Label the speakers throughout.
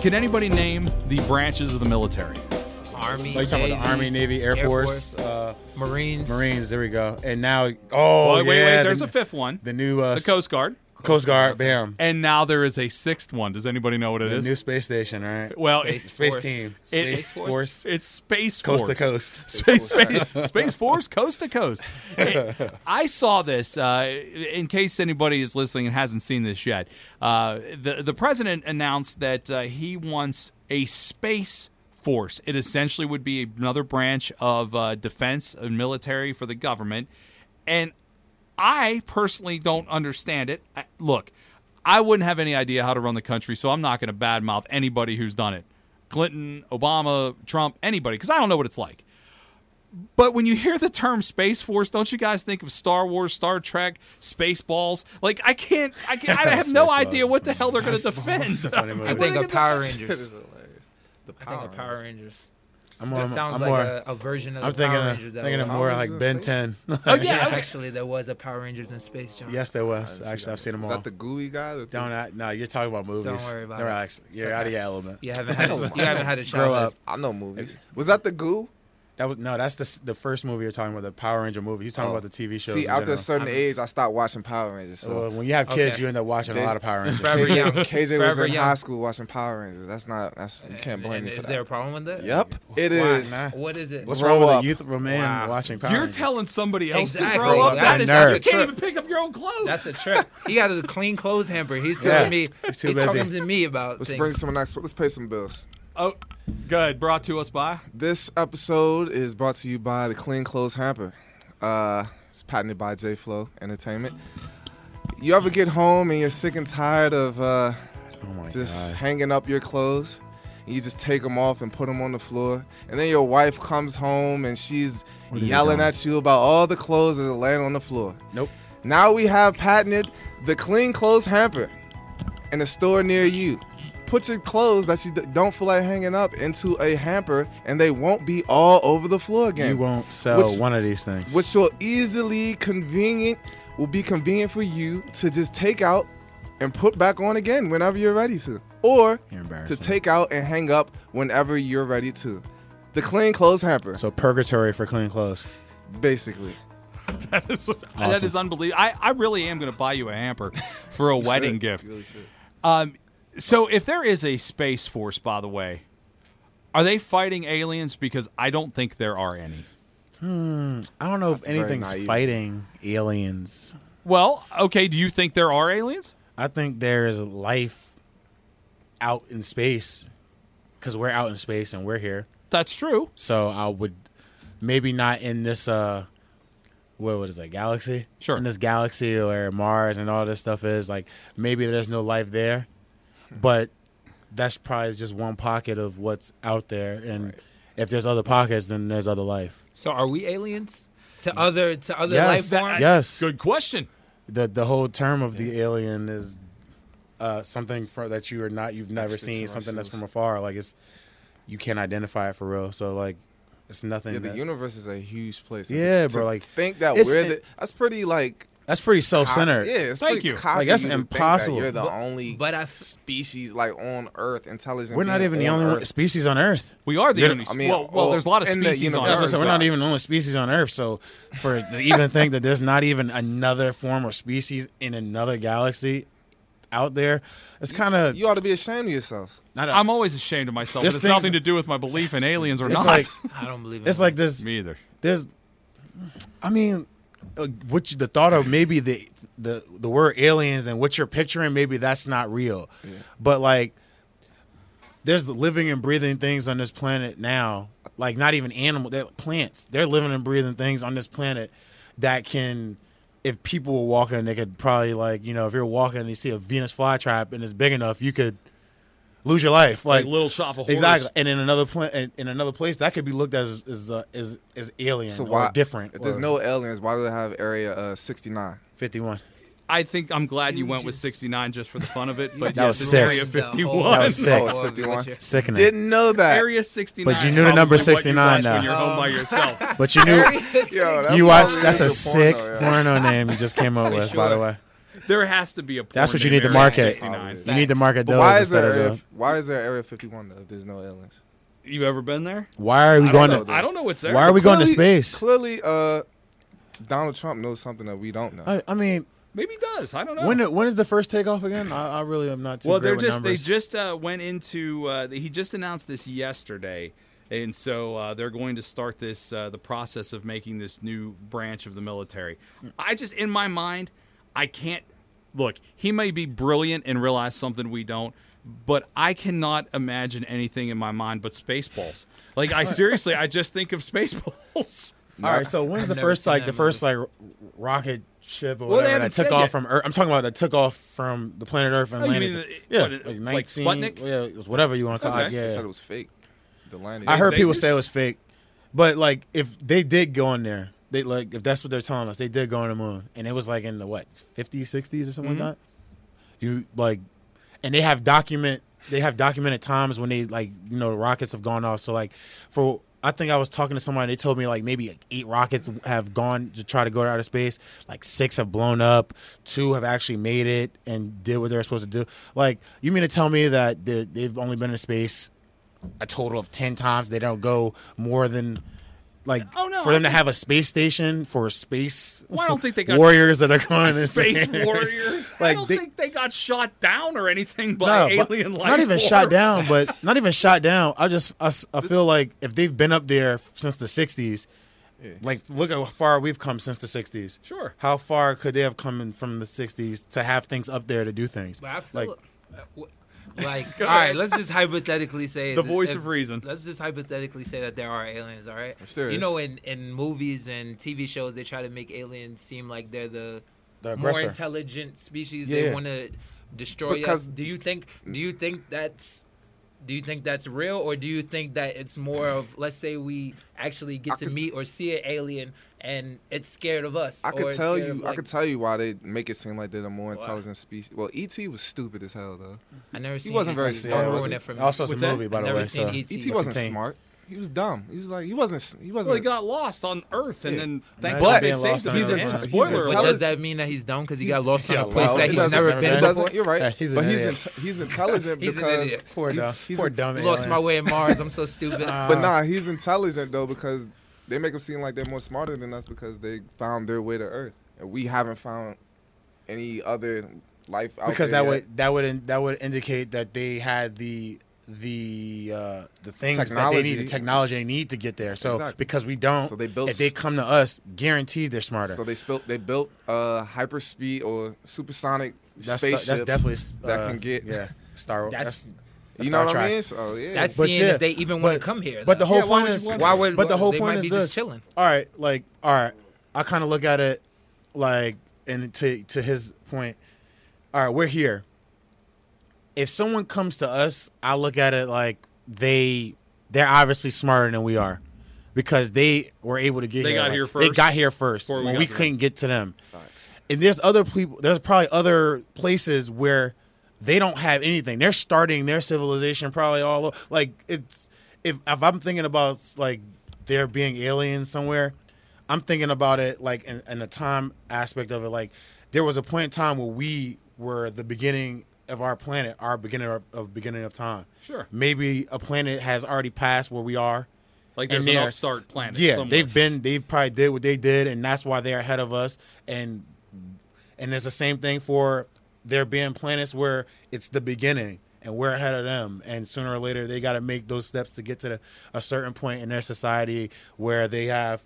Speaker 1: Can anybody name the branches of the military?
Speaker 2: Army.
Speaker 3: Oh, you talking about the Army, Navy, Air,
Speaker 2: Air
Speaker 3: Force,
Speaker 2: Force,
Speaker 3: uh,
Speaker 2: Marines.
Speaker 3: Marines? There we go. And now, oh
Speaker 1: Wait, wait,
Speaker 3: yeah,
Speaker 1: wait. There's
Speaker 3: the,
Speaker 1: a fifth one.
Speaker 3: the new uh,
Speaker 1: The Coast Guard.
Speaker 3: Coast Guard. Bam.
Speaker 1: And now there is a sixth one. Does anybody know what it
Speaker 3: The
Speaker 1: is?
Speaker 3: new space station. Right.
Speaker 1: well,
Speaker 2: Space
Speaker 1: it's
Speaker 3: Space
Speaker 2: Force.
Speaker 3: team.
Speaker 1: it-
Speaker 3: space force.
Speaker 1: It's Space Force.
Speaker 3: Coast to coast.
Speaker 1: Space, space, space Force, coast to coast. Hey, I saw this. Uh, in case anybody is listening and hasn't seen this yet, uh, the the president announced that uh, he wants a space force. It essentially would be another branch of uh, defense and military for the government, and I personally don't understand it. I, look, I wouldn't have any idea how to run the country, so I'm not going to badmouth anybody who's done it. Clinton, Obama, Trump, anybody, because I don't know what it's like. But when you hear the term Space Force, don't you guys think of Star Wars, Star Trek, Spaceballs? Like I can't, I, can't, I have no
Speaker 3: Spaceballs.
Speaker 1: idea what the hell they're going to defend.
Speaker 3: Funny movie.
Speaker 2: I
Speaker 1: What are
Speaker 2: think
Speaker 1: they
Speaker 2: of
Speaker 1: gonna
Speaker 2: Power Rangers.
Speaker 4: The
Speaker 2: I think of Power Rangers.
Speaker 3: I'm more.
Speaker 2: That sounds
Speaker 3: I'm
Speaker 2: like
Speaker 3: more.
Speaker 2: a, a version of
Speaker 3: I'm
Speaker 2: the
Speaker 3: thinking.
Speaker 2: Power
Speaker 3: Of,
Speaker 2: Rangers. that
Speaker 3: thinking of
Speaker 2: was-
Speaker 3: more
Speaker 4: Power
Speaker 3: like
Speaker 4: Rangers
Speaker 3: Ben
Speaker 4: in
Speaker 3: 10.
Speaker 1: oh yeah, okay.
Speaker 2: Actually, there was a Power Rangers in Space, John.
Speaker 3: yes, there was.
Speaker 4: Rangers.
Speaker 3: Actually, I've seen them
Speaker 4: Is
Speaker 3: all.
Speaker 4: that the gooey guy? The
Speaker 3: Don't. I, no, you're talking about movies.
Speaker 2: worry about
Speaker 3: no,
Speaker 2: it.
Speaker 3: Alex,
Speaker 2: It's
Speaker 3: you're
Speaker 2: okay.
Speaker 3: out of your element.
Speaker 2: You haven't had.
Speaker 4: Oh
Speaker 2: A,
Speaker 4: my
Speaker 2: you haven't had a
Speaker 3: Grow
Speaker 2: childhood.
Speaker 3: up.
Speaker 4: I know movies. Was that the goo?
Speaker 3: That was no. That's the s- the first movie you're talking about. The Power Ranger movie. You're talking
Speaker 4: Oh.
Speaker 3: about the TV show.
Speaker 4: See, after a certain
Speaker 2: I'm-
Speaker 4: age, I stopped watching Power Rangers. So
Speaker 3: uh, when you have kids,
Speaker 2: Okay.
Speaker 3: you end up watching a
Speaker 4: They-
Speaker 3: lot of Power Rangers.
Speaker 2: Forever
Speaker 4: KJ,
Speaker 2: young.
Speaker 4: KJ was
Speaker 2: Forever
Speaker 4: in
Speaker 2: young.
Speaker 4: high school watching Power Rangers. That's not. That's you can't
Speaker 2: And-
Speaker 4: blame
Speaker 2: and
Speaker 4: me for
Speaker 2: Is
Speaker 4: that.
Speaker 2: there a problem with that?
Speaker 4: Yep, it
Speaker 3: Why?
Speaker 4: is.
Speaker 3: Nah.
Speaker 2: What is it?
Speaker 3: What's
Speaker 4: Grow
Speaker 3: wrong with
Speaker 4: up.
Speaker 3: a youthful man
Speaker 2: Wow.
Speaker 3: watching Power
Speaker 1: you're
Speaker 3: Rangers?
Speaker 1: telling somebody else
Speaker 2: Exactly.
Speaker 1: to grow up.
Speaker 2: Grow
Speaker 1: That
Speaker 3: up.
Speaker 1: is,
Speaker 3: Nerd.
Speaker 1: you can't even pick up your own clothes.
Speaker 2: That's a trip. he got a clean clothes hamper. He's telling
Speaker 3: Yeah,
Speaker 2: me.
Speaker 3: he's
Speaker 2: He's,
Speaker 3: too busy.
Speaker 2: talking to me about
Speaker 4: Let's
Speaker 2: things.
Speaker 4: bring some next. Let's pay some bills.
Speaker 1: oh, good. Brought to us by.
Speaker 4: This episode is brought to you by the Clean Clothes Hamper. Uh, it's patented by J Flow Entertainment. You ever get home and you're sick and tired of uh,
Speaker 3: Oh my
Speaker 4: just
Speaker 3: god.
Speaker 4: hanging up your clothes? And you just take them off and put them on the floor, and then your wife comes home and she's
Speaker 3: What are they
Speaker 4: yelling
Speaker 3: doing?
Speaker 4: at you about all the clothes that are laying on the floor.
Speaker 3: Nope.
Speaker 4: Now we have patented the clean clothes hamper in a store near you. Put your clothes that you d- don't feel like hanging up into a hamper and they won't be all over the floor again.
Speaker 3: You won't sell
Speaker 4: Which-
Speaker 3: one of these things.
Speaker 4: Which will easily convenient will be convenient for you to just take out and put back on again whenever you're ready to. Or
Speaker 3: You're
Speaker 4: to
Speaker 3: embarrassing.
Speaker 4: take out and hang up whenever you're ready to. The clean clothes hamper,
Speaker 3: so purgatory for clean clothes.
Speaker 4: basically.
Speaker 1: That is, that is unbelievable. I, I really am going to buy you a hamper for a wedding gift.
Speaker 4: You really should.
Speaker 1: Um, so, if there is a space force, by the way, are they fighting aliens? Because I don't think there are any.
Speaker 3: I don't know if
Speaker 4: very
Speaker 3: anything's
Speaker 4: naive.
Speaker 3: fighting aliens.
Speaker 1: Well, okay. Do you think there are aliens?
Speaker 3: I think there is life out in space because we're out in space and we're here.
Speaker 1: That's true.
Speaker 3: So I would maybe not in this uh what what is that galaxy?
Speaker 1: Sure.
Speaker 3: In this galaxy where Mars and all this stuff is like maybe there's no life there, but that's probably just one pocket of what's out there. And if there's other pockets, then there's other life.
Speaker 2: So are we aliens to other to other
Speaker 3: yes,
Speaker 2: life forms?
Speaker 3: yes.
Speaker 1: Good question.
Speaker 3: The the whole term of the alien is uh, something for, that you are not you've never seen, something that's from afar. Like it's you can't identify it for real. So like it's nothing.
Speaker 4: Yeah, the
Speaker 3: that-
Speaker 4: universe is a huge place.
Speaker 3: Yeah,
Speaker 4: to,
Speaker 3: bro,
Speaker 4: to
Speaker 3: like,
Speaker 4: think that
Speaker 3: it's-
Speaker 4: we're
Speaker 3: it-
Speaker 4: the, that's pretty like
Speaker 3: that's pretty self
Speaker 4: cop-
Speaker 3: centered.
Speaker 4: Yeah, it's
Speaker 1: Thank
Speaker 4: pretty
Speaker 1: you.
Speaker 4: cocky
Speaker 3: Like, that's
Speaker 4: to think that
Speaker 3: impossible.
Speaker 4: You're the
Speaker 3: But-
Speaker 4: only
Speaker 2: but I f-
Speaker 4: species like on Earth, intelligent.
Speaker 3: We're not
Speaker 4: being
Speaker 3: even the
Speaker 4: on
Speaker 3: only
Speaker 4: Earth.
Speaker 3: one, species on Earth.
Speaker 1: We are the
Speaker 3: There-
Speaker 1: only.
Speaker 4: I mean,
Speaker 1: well, well,
Speaker 4: all
Speaker 1: there's a lot of
Speaker 4: in the
Speaker 1: species on
Speaker 4: universe.
Speaker 3: Yeah, so,
Speaker 1: Earth.
Speaker 3: so we're not even the only species on Earth. So for to even think that there's not even another form or species in another galaxy out there, it's kind of
Speaker 4: You ought to be ashamed of yourself.
Speaker 3: not.
Speaker 1: I'm always ashamed of myself.
Speaker 3: This
Speaker 1: But it's
Speaker 3: thing's-
Speaker 1: nothing to do with my belief in aliens or
Speaker 3: it's
Speaker 1: not.
Speaker 3: like
Speaker 2: I don't believe in
Speaker 3: it's like there's
Speaker 1: Me either.
Speaker 3: there's. I mean, uh, what you, the thought of maybe the the the word aliens and what you're picturing maybe that's not real, but like there's the living and breathing things on this planet now. Like not even animal, they're plants. They're living and breathing things on this planet that can, if people were walking, they could probably like you know if you're walking and you see a Venus flytrap and it's big enough, you could lose your life. Like,
Speaker 1: Like Little Shop of Horrors.
Speaker 3: Exactly, and in another pla- in, in another place that could be looked at as as uh, as, as alien
Speaker 4: So
Speaker 3: or
Speaker 4: why
Speaker 3: different.
Speaker 4: If there's
Speaker 3: or
Speaker 4: no aliens, why do they have Area uh, 69?
Speaker 3: 51,
Speaker 1: I think I'm glad you
Speaker 2: You
Speaker 1: went with
Speaker 2: just-
Speaker 1: 69 just for the fun of it. But
Speaker 3: That was
Speaker 1: yes, it's
Speaker 3: sick.
Speaker 1: Area 51.
Speaker 3: That was sick.
Speaker 4: Oh, it's 51.
Speaker 3: sickening.
Speaker 4: Didn't know that.
Speaker 1: Area 69.
Speaker 3: But you
Speaker 1: is
Speaker 3: knew the number
Speaker 1: probably what you
Speaker 3: 69
Speaker 1: watch
Speaker 3: now. Um,
Speaker 1: When you're home by yourself.
Speaker 3: but you knew
Speaker 4: Yo, that's
Speaker 3: you watched.
Speaker 4: probably
Speaker 3: That's a
Speaker 4: illegal
Speaker 3: sick
Speaker 4: porno,
Speaker 3: porno,
Speaker 4: yeah.
Speaker 3: name you just came up with, by the
Speaker 2: sure.
Speaker 3: way.
Speaker 1: There has to be a. Porn
Speaker 3: That's what you need
Speaker 1: named Area
Speaker 3: to market.
Speaker 1: 69.
Speaker 3: You need to market
Speaker 4: But
Speaker 3: those
Speaker 4: why is
Speaker 3: instead
Speaker 4: there
Speaker 3: of
Speaker 4: area,
Speaker 3: the.
Speaker 4: f- why is there Area 51 though if there's no aliens?
Speaker 1: You ever been there?
Speaker 3: Why are we
Speaker 1: I
Speaker 3: going
Speaker 1: don't know.
Speaker 3: to?
Speaker 1: I don't know what's there.
Speaker 3: Why are we going to
Speaker 4: Clearly-
Speaker 3: space?
Speaker 4: Clearly, uh, Donald Trump knows something that we don't know.
Speaker 3: I, I mean,
Speaker 1: Maybe he does. I don't know.
Speaker 3: when when is the first takeoff again? I, I really am not too.
Speaker 1: well,
Speaker 3: great
Speaker 1: they're
Speaker 3: with
Speaker 1: just
Speaker 3: numbers.
Speaker 1: they just uh, went into. Uh, he just announced this yesterday, and so uh, they're going to start this uh, the process of making this new branch of the military. I just in my mind, I can't look. He may be brilliant and realize something we don't. But I cannot imagine anything in my mind but Spaceballs. Like I seriously, I just think of Spaceballs.
Speaker 3: All right, so when's the
Speaker 2: never
Speaker 3: first
Speaker 2: seen
Speaker 3: like
Speaker 2: that
Speaker 3: the first like r- rocket ship or
Speaker 1: Well, they
Speaker 3: whatever
Speaker 1: haven't
Speaker 3: that
Speaker 1: said
Speaker 3: took off
Speaker 1: yet.
Speaker 3: from Earth? I'm talking about that took off from the planet Earth and
Speaker 1: Oh, you
Speaker 3: landed.
Speaker 1: mean
Speaker 3: to-
Speaker 1: the-
Speaker 3: yeah,
Speaker 1: what, it-
Speaker 3: like
Speaker 1: like
Speaker 3: 19,
Speaker 1: Sputnik?
Speaker 3: Yeah, it was whatever you want to
Speaker 4: They
Speaker 3: call
Speaker 4: said-
Speaker 3: it.
Speaker 4: They
Speaker 3: Yeah,
Speaker 4: said it was fake. The landing.
Speaker 3: I heard
Speaker 1: They
Speaker 3: people
Speaker 1: just-
Speaker 3: say it was fake, but like if they did go in there, they like if that's what they're telling us, they did go on the moon, and it was like in the what 50s, 60s or something
Speaker 1: Mm-hmm.
Speaker 3: like that. You like, and they have document they have documented times when they like you know rockets have gone off. So like for I think I was talking to somebody, they told me like maybe like, eight rockets have gone to try to go to outer space, like six have blown up, two have actually made it and did what they're supposed to do. Like you mean to tell me that they- they've only been in space a total of 10 times. They don't go more than like
Speaker 1: Oh, no,
Speaker 3: for them
Speaker 1: I
Speaker 3: to have a space station for space
Speaker 1: Well, I don't think they got
Speaker 3: warriors that are going in
Speaker 1: Space Warriors. I
Speaker 3: Like,
Speaker 1: don't
Speaker 3: they-
Speaker 1: think they got shot down or anything
Speaker 3: No,
Speaker 1: by
Speaker 3: but
Speaker 1: alien life.
Speaker 3: not even shot
Speaker 1: forms.
Speaker 3: down, but not even shot down. I just I, s- I feel like if they've been up there since the 60s, like look at how far we've come since the 60s.
Speaker 1: Sure.
Speaker 3: How far could they have come in from the 60s to have things up there to do things?
Speaker 2: But I feel
Speaker 3: like
Speaker 2: uh, w- like,
Speaker 1: Go
Speaker 2: all right,
Speaker 1: ahead.
Speaker 2: let's just hypothetically say
Speaker 1: The
Speaker 2: that
Speaker 1: voice
Speaker 2: if-
Speaker 1: of reason.
Speaker 2: Let's just hypothetically say that there are aliens. All right,
Speaker 4: there
Speaker 2: you
Speaker 4: is.
Speaker 2: know, in in movies and TV shows, they try to make aliens seem like they're the,
Speaker 3: The
Speaker 2: more
Speaker 3: aggressor.
Speaker 2: intelligent species.
Speaker 3: Yeah.
Speaker 2: They want to destroy
Speaker 4: Because-
Speaker 2: us. Do you think? Do you think that's do you think that's real, or do you think that it's more of let's say we actually get to meet or see an alien and it's scared of us?
Speaker 4: I
Speaker 2: or
Speaker 4: could
Speaker 2: it's
Speaker 4: tell
Speaker 2: scared
Speaker 4: you.
Speaker 2: of,
Speaker 4: I
Speaker 2: like-
Speaker 4: could tell you why they make it seem like they're the more
Speaker 2: Why?
Speaker 4: intelligent species. Well, ET was stupid as hell though.
Speaker 2: I never seen.
Speaker 4: wasn't
Speaker 2: ET.
Speaker 4: very
Speaker 2: Don't
Speaker 4: smart,
Speaker 2: ruin
Speaker 4: was he?
Speaker 2: it for me.
Speaker 3: Also, it's a
Speaker 2: What's that?
Speaker 3: movie, by
Speaker 2: I've
Speaker 3: the
Speaker 2: never
Speaker 3: way,
Speaker 2: seen
Speaker 3: so-
Speaker 4: ET E wasn't
Speaker 3: contained.
Speaker 4: smart. He was dumb. He was like he wasn't. s- He
Speaker 1: Well, he
Speaker 4: wasn't.
Speaker 1: got lost on Earth, and
Speaker 4: Yeah.
Speaker 1: then thankfully
Speaker 4: But
Speaker 1: they
Speaker 4: he's
Speaker 1: saved him.
Speaker 4: in-
Speaker 1: in the
Speaker 4: he's
Speaker 1: end.
Speaker 4: in-
Speaker 1: Spoiler
Speaker 2: But
Speaker 4: Tell
Speaker 1: alert.
Speaker 2: does
Speaker 4: us-
Speaker 2: that mean that he's dumb because he
Speaker 4: He's-
Speaker 2: got lost in
Speaker 3: yeah,
Speaker 2: a place
Speaker 3: well,
Speaker 2: that
Speaker 3: he
Speaker 2: he's
Speaker 3: doesn't-
Speaker 2: never
Speaker 3: never
Speaker 2: been
Speaker 4: He
Speaker 3: been.
Speaker 2: before?
Speaker 4: doesn't. You're right.
Speaker 3: Yeah, he's an
Speaker 4: but
Speaker 3: idiot.
Speaker 4: he's in, he's intelligent
Speaker 2: He's an
Speaker 4: because
Speaker 2: idiot.
Speaker 3: Poor
Speaker 4: he's-
Speaker 3: dumb,
Speaker 4: he's-
Speaker 3: poor dumb
Speaker 2: Lost
Speaker 3: alien.
Speaker 2: my way in Mars. I'm so stupid.
Speaker 4: But nah, he's intelligent though because they make him seem like they're more smarter than us because they found their way to Earth and we haven't found any other life out
Speaker 3: because
Speaker 4: there
Speaker 3: that
Speaker 4: yet.
Speaker 3: would that would in, that would indicate that they had the the uh, the things that they need, the
Speaker 4: Technology.
Speaker 3: technology they need to get there. So
Speaker 4: Exactly.
Speaker 3: because we don't,
Speaker 4: So they built
Speaker 3: if they
Speaker 4: s-
Speaker 3: come to us, guaranteed they're smarter.
Speaker 4: So they built they built uh hyperspeed or supersonic
Speaker 3: that's
Speaker 4: spaceships
Speaker 3: that's definitely
Speaker 4: that
Speaker 3: uh,
Speaker 4: can get
Speaker 3: yeah Star
Speaker 2: That's-
Speaker 3: that's,
Speaker 4: you
Speaker 3: Star
Speaker 4: know what I
Speaker 3: Trek.
Speaker 4: mean? So yeah,
Speaker 2: That's
Speaker 3: But
Speaker 2: seeing
Speaker 3: yeah,
Speaker 2: if they even want to
Speaker 3: but-
Speaker 2: come here.
Speaker 3: But the
Speaker 2: though.
Speaker 3: whole
Speaker 1: Yeah, why
Speaker 3: point
Speaker 1: would
Speaker 3: is
Speaker 1: you want
Speaker 2: Why to? would-
Speaker 3: But the whole
Speaker 2: they
Speaker 3: point
Speaker 2: might
Speaker 3: is
Speaker 2: be just
Speaker 3: this.
Speaker 2: chilling.
Speaker 3: All right, like all right, I kind of look at it like and to to his point. All right, we're here. If someone comes to us, I look at it like they they're obviously smarter than we are because they were able to get
Speaker 1: They
Speaker 3: here.
Speaker 1: got
Speaker 3: like,
Speaker 1: here
Speaker 3: They
Speaker 1: first
Speaker 3: got here first
Speaker 1: before we
Speaker 3: when
Speaker 1: got
Speaker 3: we
Speaker 1: to them.
Speaker 3: couldn't get to them. And there's other people. There's probably other places where they don't have anything. They're starting their civilization probably all o- like it's. If if I'm thinking about like there being aliens somewhere, I'm thinking about it like in, in the time aspect of it. Like there was a point in time where we were the beginning of our planet, our beginning of, of beginning of time.
Speaker 1: Sure.
Speaker 3: Maybe a planet has already passed where we are.
Speaker 1: Like
Speaker 3: And
Speaker 1: there's an
Speaker 3: they're-
Speaker 1: upstart planet.
Speaker 3: Yeah,
Speaker 1: somewhere.
Speaker 3: they've been they've probably did what they did, and that's why they're ahead of us. And and it's the same thing for there being planets where it's the beginning and we're ahead of them, and sooner or later they got to make those steps to get to the, a certain point in their society where they have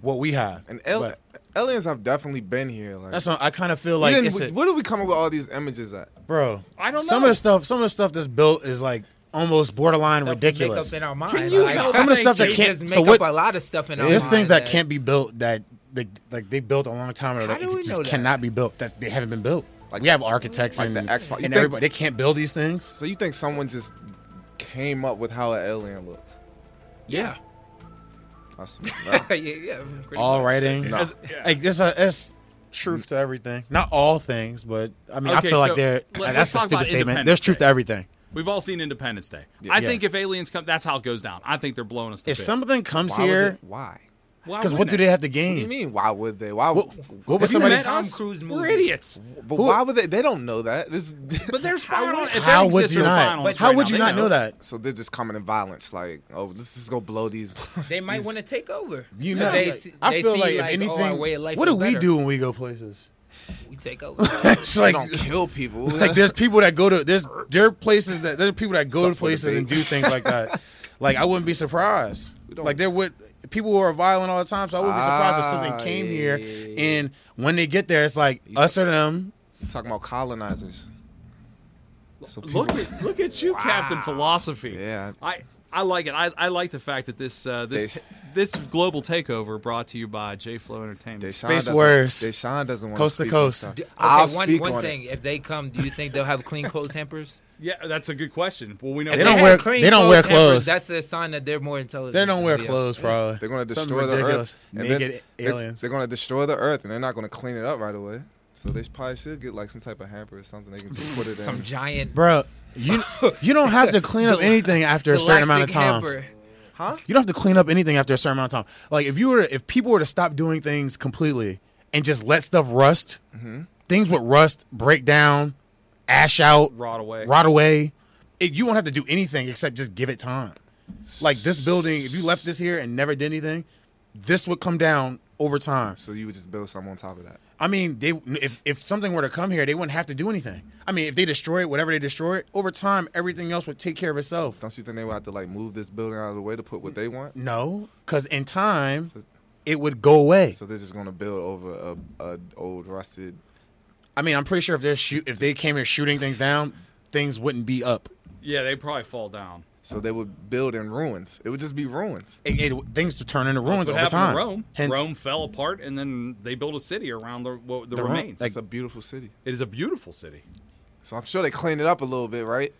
Speaker 3: what we have.
Speaker 4: and al-
Speaker 3: But
Speaker 4: aliens have definitely been here. Like,
Speaker 3: that's what I kind of feel
Speaker 4: We
Speaker 3: like
Speaker 4: didn't-
Speaker 3: it's a,
Speaker 4: where do we come up with all these images at?
Speaker 3: bro.
Speaker 1: I don't
Speaker 3: Some
Speaker 1: know.
Speaker 3: of the stuff, some of the stuff that's built is like almost borderline
Speaker 2: Stuff we make
Speaker 3: ridiculous.
Speaker 2: up in our mind.
Speaker 1: Can you
Speaker 2: Like,
Speaker 1: help
Speaker 3: Some of the stuff
Speaker 1: make
Speaker 3: that
Speaker 1: it-
Speaker 2: they
Speaker 3: can't.
Speaker 2: just make
Speaker 3: so what?
Speaker 2: up a lot of stuff in our
Speaker 3: There's
Speaker 2: mind
Speaker 3: things that, can't be built that they, like they built a long time ago
Speaker 2: How
Speaker 3: that
Speaker 2: do
Speaker 3: it
Speaker 2: we know
Speaker 3: just
Speaker 2: that?
Speaker 3: cannot be built. That they haven't been built. Like we have architects
Speaker 4: Like
Speaker 3: and,
Speaker 4: the X-Files. You
Speaker 3: and
Speaker 4: think-
Speaker 3: everybody they can't build these things.
Speaker 4: So you think someone just came up with how an alien looks?
Speaker 2: Yeah.
Speaker 4: That's,
Speaker 2: yeah, yeah. pretty
Speaker 3: All
Speaker 2: much.
Speaker 3: writing,
Speaker 1: As- yeah.
Speaker 3: like there's a it's truth to everything. Not all things, but I mean
Speaker 1: Okay,
Speaker 3: I feel
Speaker 1: so
Speaker 3: like they're
Speaker 1: let- let's
Speaker 3: that's a
Speaker 1: talk about
Speaker 3: stupid statement.
Speaker 1: Independence
Speaker 3: There's truth
Speaker 1: Day.
Speaker 3: to everything.
Speaker 1: We've all seen Independence Day. I
Speaker 3: Yeah.
Speaker 1: think if aliens come, that's how it goes down. I think they're blowing us. To
Speaker 3: If
Speaker 1: bits.
Speaker 3: something comes
Speaker 4: why would
Speaker 3: here,
Speaker 4: they- why?
Speaker 1: Why
Speaker 3: Because what
Speaker 1: wouldn't
Speaker 3: do
Speaker 1: it?
Speaker 3: they have to
Speaker 4: What do you
Speaker 3: gain?
Speaker 4: mean? Why would they? Why would?
Speaker 3: What, what was
Speaker 1: You
Speaker 2: Somebody-
Speaker 1: met
Speaker 2: Tom
Speaker 3: somebody's
Speaker 1: us?
Speaker 2: Cruise
Speaker 1: We're
Speaker 2: movie.
Speaker 1: idiots.
Speaker 4: But why would they? They don't know that. This,
Speaker 1: But they're spying on. if
Speaker 3: How
Speaker 1: that
Speaker 3: would
Speaker 1: exists,
Speaker 3: you
Speaker 1: they're
Speaker 3: not?
Speaker 1: spying on us
Speaker 3: How
Speaker 1: right
Speaker 3: would
Speaker 1: now.
Speaker 3: you
Speaker 1: They
Speaker 3: not know that?
Speaker 4: so they're just coming in violence. Like, oh, let's just go blow these.
Speaker 2: They might want to take over.
Speaker 3: You
Speaker 2: 'Cause
Speaker 3: know,
Speaker 2: they see-
Speaker 3: I
Speaker 2: they
Speaker 3: feel
Speaker 2: see,
Speaker 3: like if
Speaker 2: oh, our
Speaker 3: anything,
Speaker 2: way of life
Speaker 3: what
Speaker 2: is
Speaker 3: do we
Speaker 2: better.
Speaker 3: do when we go places?
Speaker 2: We take over.
Speaker 3: it's
Speaker 4: they
Speaker 3: like,
Speaker 4: don't kill people.
Speaker 3: like there's people that go to there's there are places that there are people that go to
Speaker 4: Suck for the
Speaker 3: places and
Speaker 4: bait.
Speaker 3: do things like that. Like I wouldn't be surprised.
Speaker 4: We don't-
Speaker 3: Like there would people who are violent all the time, so I wouldn't be surprised if
Speaker 4: Ah,
Speaker 3: something came
Speaker 4: yeah,
Speaker 3: here
Speaker 4: yeah, yeah, yeah.
Speaker 3: and when they get there, it's like us or them.
Speaker 4: talking about colonizers. So
Speaker 1: Look at look at you, Captain Philosophy.
Speaker 4: Yeah.
Speaker 1: I I like it. I, I like the fact that this uh, this
Speaker 4: They-
Speaker 1: this global takeover brought to you by J Flow Entertainment.
Speaker 4: Deshaun
Speaker 3: Space
Speaker 4: doesn't-
Speaker 3: wars.
Speaker 4: Deshaun doesn't want
Speaker 3: Coast to
Speaker 4: speak
Speaker 3: coast.
Speaker 4: On
Speaker 2: Do-
Speaker 4: stuff.
Speaker 2: okay,
Speaker 4: I'll
Speaker 2: one,
Speaker 4: speak
Speaker 2: one
Speaker 4: on
Speaker 2: thing. If they come, do you think they'll have clean clothes hampers?
Speaker 1: Yeah, that's a good question. Well, we know
Speaker 3: They
Speaker 2: If
Speaker 3: don't
Speaker 2: had
Speaker 3: wear-
Speaker 2: clean
Speaker 3: they don't wear clothes.
Speaker 2: hampers, that's a sign that they're more intelligent.
Speaker 3: They don't wear
Speaker 2: Yeah.
Speaker 3: clothes probably.
Speaker 4: it. They're going to
Speaker 3: Something
Speaker 4: destroy the
Speaker 3: ridiculous.
Speaker 4: earth. and then
Speaker 3: Naked
Speaker 4: they-
Speaker 3: aliens.
Speaker 4: They're going to destroy the earth, and they're not going to clean it up right away. So they probably should get like some type of hamper or something. They can just put it
Speaker 2: Some
Speaker 4: in.
Speaker 2: giant
Speaker 3: Bro, you you don't have to clean up anything after a certain amount of
Speaker 2: galactic
Speaker 3: time.
Speaker 2: hamper.
Speaker 4: Huh?
Speaker 3: You don't have to clean up anything after a certain amount of time. Like if you were, if people were to stop doing things completely and just let stuff rust, things would rust, break down, ash out,
Speaker 1: Rot away.
Speaker 3: rot away. It, you won't have to do anything except just give it time. Like this building, if you left this here and never did anything, this would come down over time.
Speaker 4: So you would just build something on top of that.
Speaker 3: I mean, they if, if something were to come here, they wouldn't have to do anything. I mean, if they destroy it, whatever they destroy it, over time, everything else would take care of itself.
Speaker 4: Don't you think they would have to like move this building out of the way to put what they want?
Speaker 3: No, because in time, it would go away.
Speaker 4: So they're just going to build over a, a old rusted.
Speaker 3: I mean, I'm pretty sure if they're shoot, if they came here shooting things down, things wouldn't be up.
Speaker 1: Yeah, they probably fall down.
Speaker 4: So they would build in ruins. It would just be ruins.
Speaker 3: It, it, things to turn into
Speaker 1: What
Speaker 3: ruins over
Speaker 1: happened
Speaker 3: time.
Speaker 1: to Rome?
Speaker 3: Hence,
Speaker 1: Rome fell apart, and then they built a city around the what, the,
Speaker 3: The Ro-
Speaker 1: remains.
Speaker 3: like-
Speaker 4: it's a beautiful city.
Speaker 1: it is a beautiful city.
Speaker 4: So I'm sure they cleaned it up a little bit, right?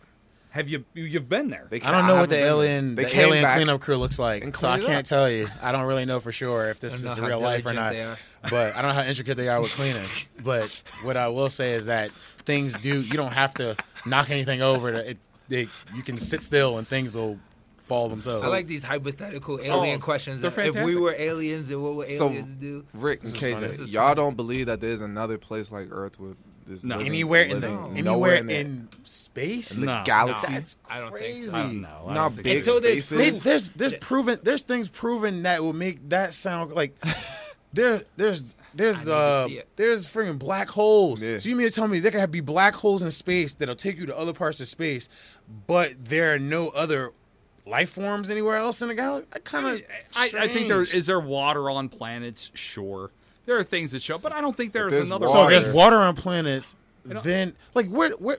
Speaker 1: Have you you- you've been there?
Speaker 4: They
Speaker 3: I don't know what
Speaker 4: haven't
Speaker 3: the
Speaker 4: been there.
Speaker 3: alien
Speaker 4: They
Speaker 3: the
Speaker 4: came
Speaker 3: alien
Speaker 4: back.
Speaker 3: cleanup crew looks like,
Speaker 4: and
Speaker 3: so I
Speaker 4: cleaned it
Speaker 3: can't
Speaker 4: up.
Speaker 3: tell you. I don't really know for sure if this
Speaker 2: Don't
Speaker 3: is
Speaker 2: know how
Speaker 3: real life or
Speaker 2: diligent
Speaker 3: not.
Speaker 2: they are.
Speaker 3: But I don't know how intricate they are with cleaning. but what I will say is that things do. You don't have to knock anything over. To, it, they, you can sit still and things will fall themselves.
Speaker 2: I like these hypothetical alien questions.
Speaker 1: they're
Speaker 2: if we
Speaker 1: fantastic.
Speaker 2: were aliens, then what would
Speaker 4: So-
Speaker 2: aliens do?
Speaker 4: Rick and
Speaker 3: is funny.
Speaker 4: KJ,
Speaker 3: This
Speaker 1: is
Speaker 4: y'all don't believe that there's another place like Earth with this
Speaker 1: No.
Speaker 4: living-
Speaker 3: anywhere in the
Speaker 4: living-
Speaker 3: anywhere in,
Speaker 4: nowhere
Speaker 3: space.
Speaker 4: the
Speaker 1: No,
Speaker 4: galaxy.
Speaker 1: no.
Speaker 3: That's
Speaker 2: I don't think so.
Speaker 1: I don't know. I
Speaker 4: Not
Speaker 1: don't think
Speaker 4: big
Speaker 1: so.
Speaker 2: Until there's
Speaker 3: They,
Speaker 4: spaces.
Speaker 3: there's there's proven there's things proven that will make that sound like there there's there's
Speaker 2: to
Speaker 3: uh
Speaker 2: see it.
Speaker 3: there's freaking black holes.
Speaker 4: Yeah.
Speaker 3: So you mean to tell me there could be black holes in space that'll take you to other parts of space, but there are no other life forms anywhere else in the galaxy? That kind of
Speaker 1: I, I think there is there water on planets. Sure, there are things that show, but I don't think there's,
Speaker 4: there's
Speaker 1: another.
Speaker 3: so
Speaker 4: water.
Speaker 3: there's water on planets. Then like where where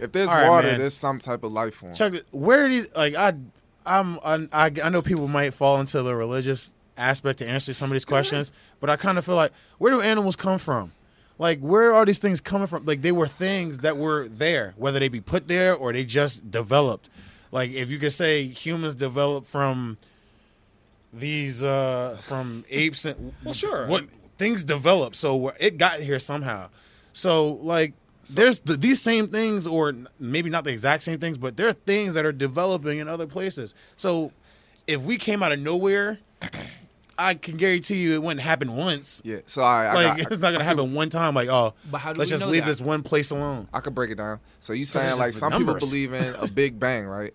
Speaker 4: If there's
Speaker 3: All right,
Speaker 4: water,
Speaker 3: man.
Speaker 4: there's some type of life form.
Speaker 3: Chuck, where are these? Like, I, I'm, I, I I know people might fall into the religious aspect to answer some of these questions, but I kind of feel like, where do animals come from? Like, where are these things coming from? Like, they were things that were there, whether they be put there or they just developed. Like, if you could say humans developed from these, uh from apes, and
Speaker 1: Well, sure.
Speaker 3: what things developed, so it got here somehow. So, like, there's the, these same things, or n- maybe not the exact same things, but there are things that are developing in other places. So, if we came out of nowhere, I can guarantee you it wouldn't happen once.
Speaker 4: yeah. So all right, I,
Speaker 3: Like,
Speaker 4: got,
Speaker 3: it's not gonna happen one time. Like, oh,
Speaker 2: But how do we
Speaker 3: let's just
Speaker 2: know
Speaker 3: leave
Speaker 2: that?
Speaker 3: this one place alone.
Speaker 4: I, I could break it down. So you
Speaker 3: it's
Speaker 4: saying like
Speaker 3: just the
Speaker 4: some
Speaker 3: numbers.
Speaker 4: people believe in a Big Bang, right?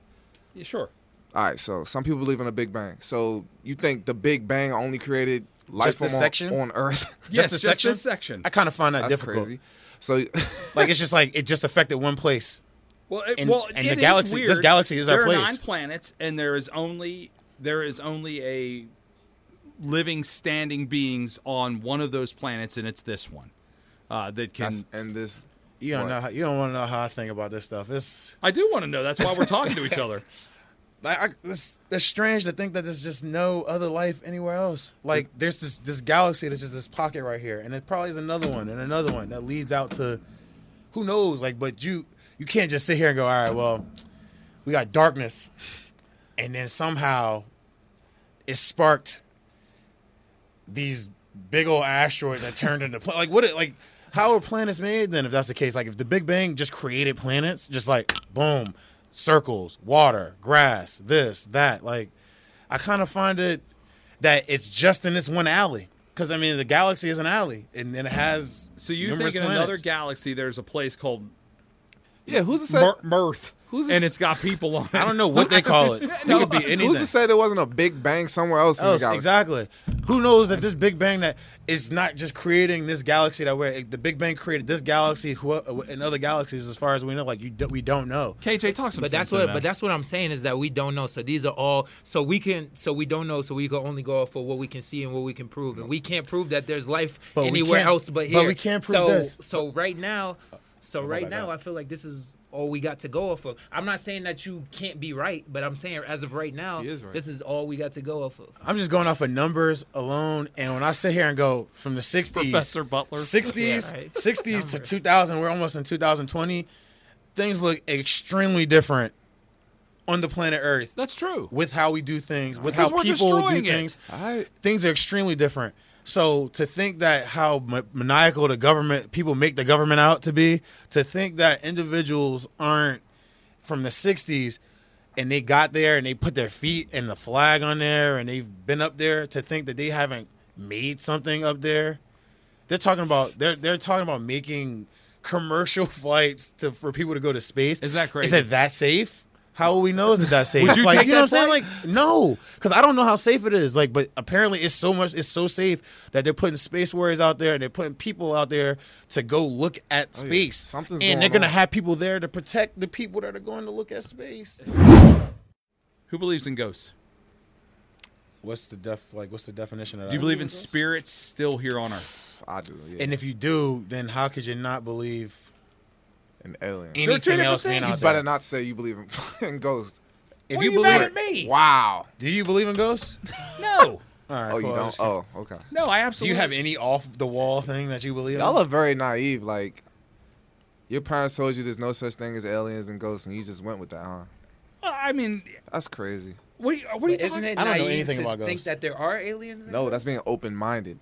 Speaker 1: Yeah, sure.
Speaker 4: All right. So some people believe in a Big Bang. So you think the Big Bang only created life
Speaker 3: Just this
Speaker 4: form on-
Speaker 3: section?
Speaker 4: on Earth?
Speaker 1: Yes,
Speaker 3: the
Speaker 1: just this section.
Speaker 3: I kind of find that
Speaker 4: That's
Speaker 3: difficult.
Speaker 4: crazy. So
Speaker 3: Like, it's just like it just affected one place.
Speaker 1: Well, it,
Speaker 3: And-
Speaker 1: well,
Speaker 3: and
Speaker 1: it
Speaker 3: the
Speaker 1: is
Speaker 3: galaxy-
Speaker 1: Weird.
Speaker 3: this galaxy is our
Speaker 1: there There are
Speaker 3: place.
Speaker 1: nine planets, and there is only there is only a living, standing beings on one of those planets, and it's this one uh, that can.
Speaker 4: that's, and this.
Speaker 3: You don't
Speaker 4: What?
Speaker 3: know. How, you don't want to know how I think about this stuff. It's
Speaker 1: I do want to know. That's why we're talking to each other.
Speaker 3: like I, it's, it's strange to think that there's just no other life anywhere else. Like there's this this galaxy that's just this pocket right here, and it probably is another one and another one that leads out to who knows. Like, but you you can't just sit here and go, all right, well, we got darkness, and then somehow it sparked these big old asteroids that turned into pla- like what it like how are planets made then if that's the case like if the big bang just created planets just like boom circles water grass this that like i kind of find it that it's just in this one alley. Because I mean, the galaxy is an alley, and, and it has
Speaker 1: So you
Speaker 3: numerous
Speaker 1: think in another
Speaker 3: planets.
Speaker 1: galaxy there's a place called
Speaker 4: Yeah, who's to say?
Speaker 1: Mur- Mirth,
Speaker 4: Who's this-
Speaker 1: and it's got people on it.
Speaker 3: I don't know what they call it. It could be anything.
Speaker 4: Who's to say there wasn't a Big Bang somewhere else? in the
Speaker 3: else.
Speaker 4: galaxy?
Speaker 3: Exactly. Who knows that this Big Bang that is not just creating this galaxy that we're the Big Bang created this galaxy who, and other galaxies as far as we know. Like you, we don't know.
Speaker 1: KJ talk some
Speaker 2: But
Speaker 1: sense
Speaker 2: that's
Speaker 1: to
Speaker 2: what.
Speaker 1: them.
Speaker 2: But that's what I'm saying is that we don't know. So these are all. So we can. So we don't know. So we can only go off for what we can see and what we can prove. And we can't prove that there's life
Speaker 3: But we
Speaker 2: anywhere
Speaker 3: can't-
Speaker 2: else but here.
Speaker 3: but we can't prove
Speaker 2: so,
Speaker 3: this. Oh,
Speaker 2: So right now, so right
Speaker 3: back
Speaker 2: now, I
Speaker 3: up.
Speaker 2: feel like this is all we got to go off of. I'm not saying that you can't be right, but I'm saying as of right now,
Speaker 4: He is right.
Speaker 2: this is all we got to go off of.
Speaker 3: I'm just going off of numbers alone, and when I sit here and go from the 60s,
Speaker 1: Professor Butler.
Speaker 3: 60s,
Speaker 2: Yeah, right.
Speaker 3: 60s to
Speaker 2: Numbers.
Speaker 3: 2000, we're almost in 2020. Things look extremely different on the planet Earth
Speaker 1: That's true.
Speaker 3: with how we do things, with how
Speaker 1: Because we're
Speaker 3: people do
Speaker 1: destroying it.
Speaker 3: things.
Speaker 4: I
Speaker 3: Things are extremely different. So to think that how ma- maniacal the government people make the government out to be, to think that individuals aren't from the 60s and they got there and they put their feet and the flag on there and they've been up there to think that they haven't made something up there they're talking about they're they're talking about making commercial flights to for people to go to space
Speaker 1: Is that
Speaker 3: is
Speaker 1: crazy?
Speaker 3: it that safe how will we know is it that safe
Speaker 1: Would you
Speaker 3: like
Speaker 1: take
Speaker 3: you know what i'm
Speaker 1: that
Speaker 3: saying like no because i don't know how safe it is like but apparently it's so much it's so safe that they're putting space warriors out there and they're putting people out there to go look at
Speaker 4: yeah.
Speaker 3: space
Speaker 4: Something's
Speaker 3: and they're
Speaker 4: going
Speaker 3: gonna
Speaker 4: on.
Speaker 3: have people there to protect the people that are going to look at space
Speaker 1: Who believes in ghosts?
Speaker 3: what's the def like what's the definition of that
Speaker 1: Do you believe in spirits still here on Earth?
Speaker 4: I do. Yeah.
Speaker 3: and if you do then how could you not believe
Speaker 4: An alien.
Speaker 1: two
Speaker 3: anything
Speaker 1: different
Speaker 3: else being
Speaker 1: things.
Speaker 3: out
Speaker 4: You
Speaker 1: You
Speaker 3: there
Speaker 4: better not say you believe in fucking ghosts.
Speaker 3: if
Speaker 1: Why are
Speaker 3: you,
Speaker 1: you
Speaker 3: believe
Speaker 1: mad at me?
Speaker 4: Wow.
Speaker 3: do you believe in ghosts
Speaker 1: No,
Speaker 3: All right.
Speaker 4: Oh, you
Speaker 3: cool.
Speaker 4: don't. Oh, okay.
Speaker 1: no, I
Speaker 3: Do
Speaker 1: absolutely.
Speaker 3: you have any off the wall thing that you believe?
Speaker 4: Y'all
Speaker 3: in?
Speaker 4: are very naive. Like your parents told you there's no such thing as aliens and ghosts, and you just went with that, huh?
Speaker 1: Well, I mean,
Speaker 4: That's crazy.
Speaker 1: what are you, what are you
Speaker 2: But
Speaker 1: talking?
Speaker 2: isn't it
Speaker 3: I don't know
Speaker 2: naive
Speaker 3: anything
Speaker 2: to
Speaker 3: about
Speaker 2: think
Speaker 3: ghosts.
Speaker 2: that there are aliens? and
Speaker 4: No,
Speaker 2: ghosts?
Speaker 4: that's being open-minded.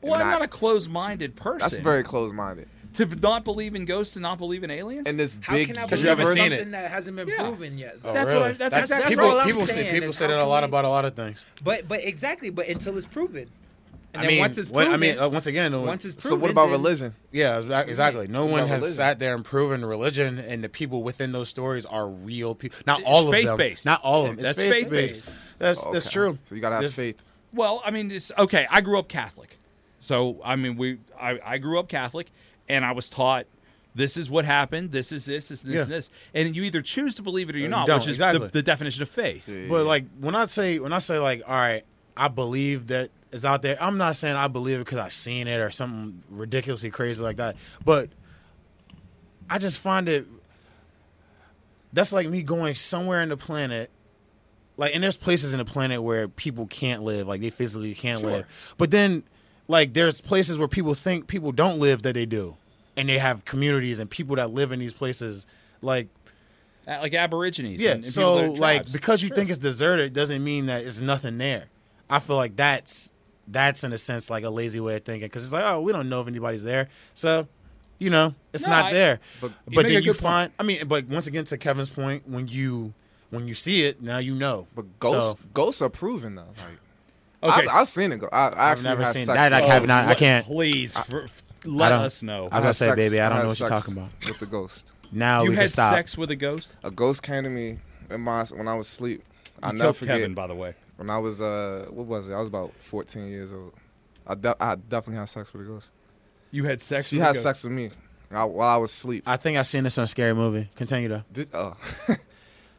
Speaker 1: well, I'm
Speaker 4: not-
Speaker 1: not a closed-minded person.
Speaker 4: That's very closed-minded.
Speaker 1: to not believe in ghosts and not believe in aliens.
Speaker 4: And this
Speaker 2: How
Speaker 4: big,
Speaker 2: can I
Speaker 3: Because
Speaker 2: believe
Speaker 3: you haven't
Speaker 4: universe-
Speaker 3: seen it.
Speaker 2: something that hasn't been
Speaker 1: Yeah.
Speaker 2: proven yet?
Speaker 3: Oh,
Speaker 1: That's
Speaker 3: really?
Speaker 1: what I- that's exactly
Speaker 3: people,
Speaker 1: what I'm
Speaker 3: people
Speaker 2: saying
Speaker 3: say people
Speaker 2: is
Speaker 3: say
Speaker 2: how
Speaker 3: that a
Speaker 2: can
Speaker 3: lot
Speaker 2: we-
Speaker 3: about a lot of things.
Speaker 2: But but exactly. But until it's proven, and
Speaker 3: I
Speaker 2: then
Speaker 3: mean,
Speaker 2: once it's
Speaker 3: what-
Speaker 2: proven,
Speaker 3: I mean, uh, once again, uh,
Speaker 2: once it's
Speaker 4: So
Speaker 2: proven.
Speaker 4: what about
Speaker 2: then-
Speaker 4: religion?
Speaker 3: yeah, exa- exactly. No one
Speaker 4: about
Speaker 3: has
Speaker 4: religion?
Speaker 3: sat there and proven religion, and the people within those stories are real people. Not all of them.
Speaker 1: faith-based.
Speaker 3: Not all of them.
Speaker 1: That's
Speaker 3: it's faith
Speaker 1: faith-based.
Speaker 3: based. That's
Speaker 4: Okay.
Speaker 3: that's true.
Speaker 4: So you gotta have
Speaker 3: This-
Speaker 4: faith.
Speaker 1: Well, I mean, it's okay. I grew up Catholic, so I mean, we I, I grew up Catholic, and I was taught this is what happened, this is this, this, this,
Speaker 3: Yeah. Uh,
Speaker 1: and this, and you either choose to believe it or you're
Speaker 3: you
Speaker 1: not,
Speaker 3: don't,
Speaker 1: which is
Speaker 3: exactly.
Speaker 1: the, the definition of faith.
Speaker 3: But like when I say when I say like, all right, I believe that is out there. I'm not saying I believe it because I've seen it or something ridiculously crazy like that. But I just find it. That's like me going somewhere in the planet. Like, and there's places in the planet where people can't live, like they physically can't live. But then, like, there's places where people think people don't live that they do, and they have communities and people that live in these places. Like,
Speaker 1: Uh, Like Aborigines.
Speaker 3: yeah.
Speaker 1: and- and people
Speaker 3: so
Speaker 1: that are
Speaker 3: like
Speaker 1: tribes.
Speaker 3: because you
Speaker 1: Sure.
Speaker 3: think it's deserted doesn't mean that it's nothing there. I feel like that's that's in a sense like a lazy way of thinking because it's like oh we don't know if anybody's there so you know it's
Speaker 1: No,
Speaker 3: not
Speaker 1: I-
Speaker 3: there.
Speaker 4: But-
Speaker 3: But,
Speaker 1: You
Speaker 3: but
Speaker 1: make
Speaker 3: then
Speaker 1: a
Speaker 3: you
Speaker 1: good point.
Speaker 3: find I mean but once again to Kevin's point when you when you see it now you know.
Speaker 4: But ghosts,
Speaker 3: So,
Speaker 4: ghosts are proven though. Like,
Speaker 1: okay,
Speaker 4: I've, I've seen it go. I, I
Speaker 3: I've
Speaker 4: actually
Speaker 3: never
Speaker 4: had
Speaker 3: seen
Speaker 4: sex
Speaker 3: that. I,
Speaker 4: with-
Speaker 3: have not, I
Speaker 1: let-
Speaker 3: can't.
Speaker 1: "Oh, Please for, f- let
Speaker 3: don't-
Speaker 1: us know.
Speaker 3: I- was gonna
Speaker 4: had
Speaker 3: say,
Speaker 4: sex-
Speaker 3: baby, I don't
Speaker 4: had
Speaker 3: know what you're
Speaker 4: sex
Speaker 3: talking about.
Speaker 4: With the ghost,
Speaker 3: Now
Speaker 1: you
Speaker 3: we can
Speaker 1: had
Speaker 3: stop.
Speaker 1: sex with a ghost.
Speaker 4: a ghost came to me in my when I was asleep. I
Speaker 1: You
Speaker 4: never
Speaker 1: killed
Speaker 4: forget.
Speaker 1: Kevin, by the way.
Speaker 4: when I was uh, what was it? I was about 14 years old. I, de- I definitely had sex with a ghost.
Speaker 1: You had sex.
Speaker 4: She
Speaker 1: with a
Speaker 4: had
Speaker 1: ghost.
Speaker 4: sex with me I, while I was asleep.
Speaker 3: I think I've seen this on Scary Movie. Continue though.
Speaker 4: Did- oh.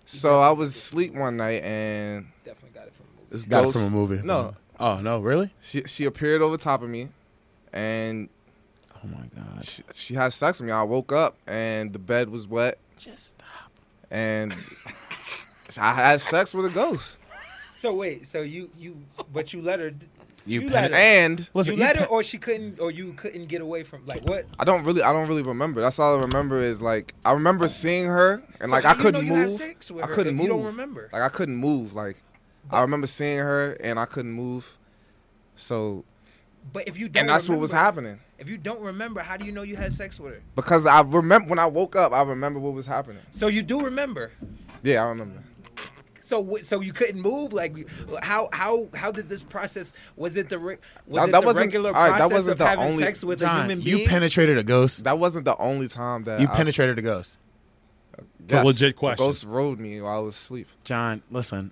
Speaker 4: so I was asleep one night and
Speaker 2: Definitely got it from a movie.
Speaker 4: this
Speaker 3: Got
Speaker 4: ghost
Speaker 3: it from a movie.
Speaker 4: No,
Speaker 3: Oh no, really?
Speaker 4: she she appeared over top of me, and
Speaker 3: Oh my god.
Speaker 4: she, she had sex with me. I woke up and the bed was wet,
Speaker 3: Just stop.
Speaker 4: and I had sex with a ghost.
Speaker 2: So wait, so you you but you let her.
Speaker 3: You,
Speaker 2: You
Speaker 3: pen-
Speaker 2: let her-
Speaker 4: And
Speaker 3: Listen,
Speaker 2: you
Speaker 3: you
Speaker 2: let her,
Speaker 3: pen-
Speaker 2: or she couldn't, or you couldn't get away from like what?
Speaker 4: I don't really, I don't really remember. That's all I remember is like I remember seeing her and
Speaker 2: So
Speaker 4: like
Speaker 2: how
Speaker 4: I
Speaker 2: do you
Speaker 4: couldn't
Speaker 2: know you had
Speaker 4: move.
Speaker 2: sex with
Speaker 4: I
Speaker 2: her
Speaker 4: couldn't
Speaker 2: if
Speaker 4: move.
Speaker 2: you don't remember?
Speaker 4: Like I couldn't move. Like I remember seeing her and I couldn't move. So
Speaker 2: But if you don't,
Speaker 4: and that's what was
Speaker 2: remember-
Speaker 4: happening
Speaker 2: If you don't remember, how do you know you had sex with her?
Speaker 4: because I remember when I woke up. I remember what was happening.
Speaker 2: So you do remember.
Speaker 4: Yeah, I remember.
Speaker 2: So wh- so you couldn't move? Like how how how did this process? Was it the re- was
Speaker 4: That-
Speaker 2: it
Speaker 4: that
Speaker 2: the
Speaker 4: wasn't-
Speaker 2: regular
Speaker 4: all right, that
Speaker 2: process
Speaker 4: wasn't
Speaker 2: of
Speaker 4: the
Speaker 2: having
Speaker 4: only-
Speaker 2: sex with a
Speaker 3: John,
Speaker 2: human
Speaker 3: you
Speaker 2: being?
Speaker 3: penetrated a ghost.
Speaker 4: That wasn't the only time that
Speaker 3: You
Speaker 4: I-
Speaker 3: penetrated a ghost.
Speaker 1: It's a
Speaker 4: Yes.
Speaker 1: legit
Speaker 4: A
Speaker 1: question.
Speaker 4: Ghost rode me while I was asleep.
Speaker 3: John, listen,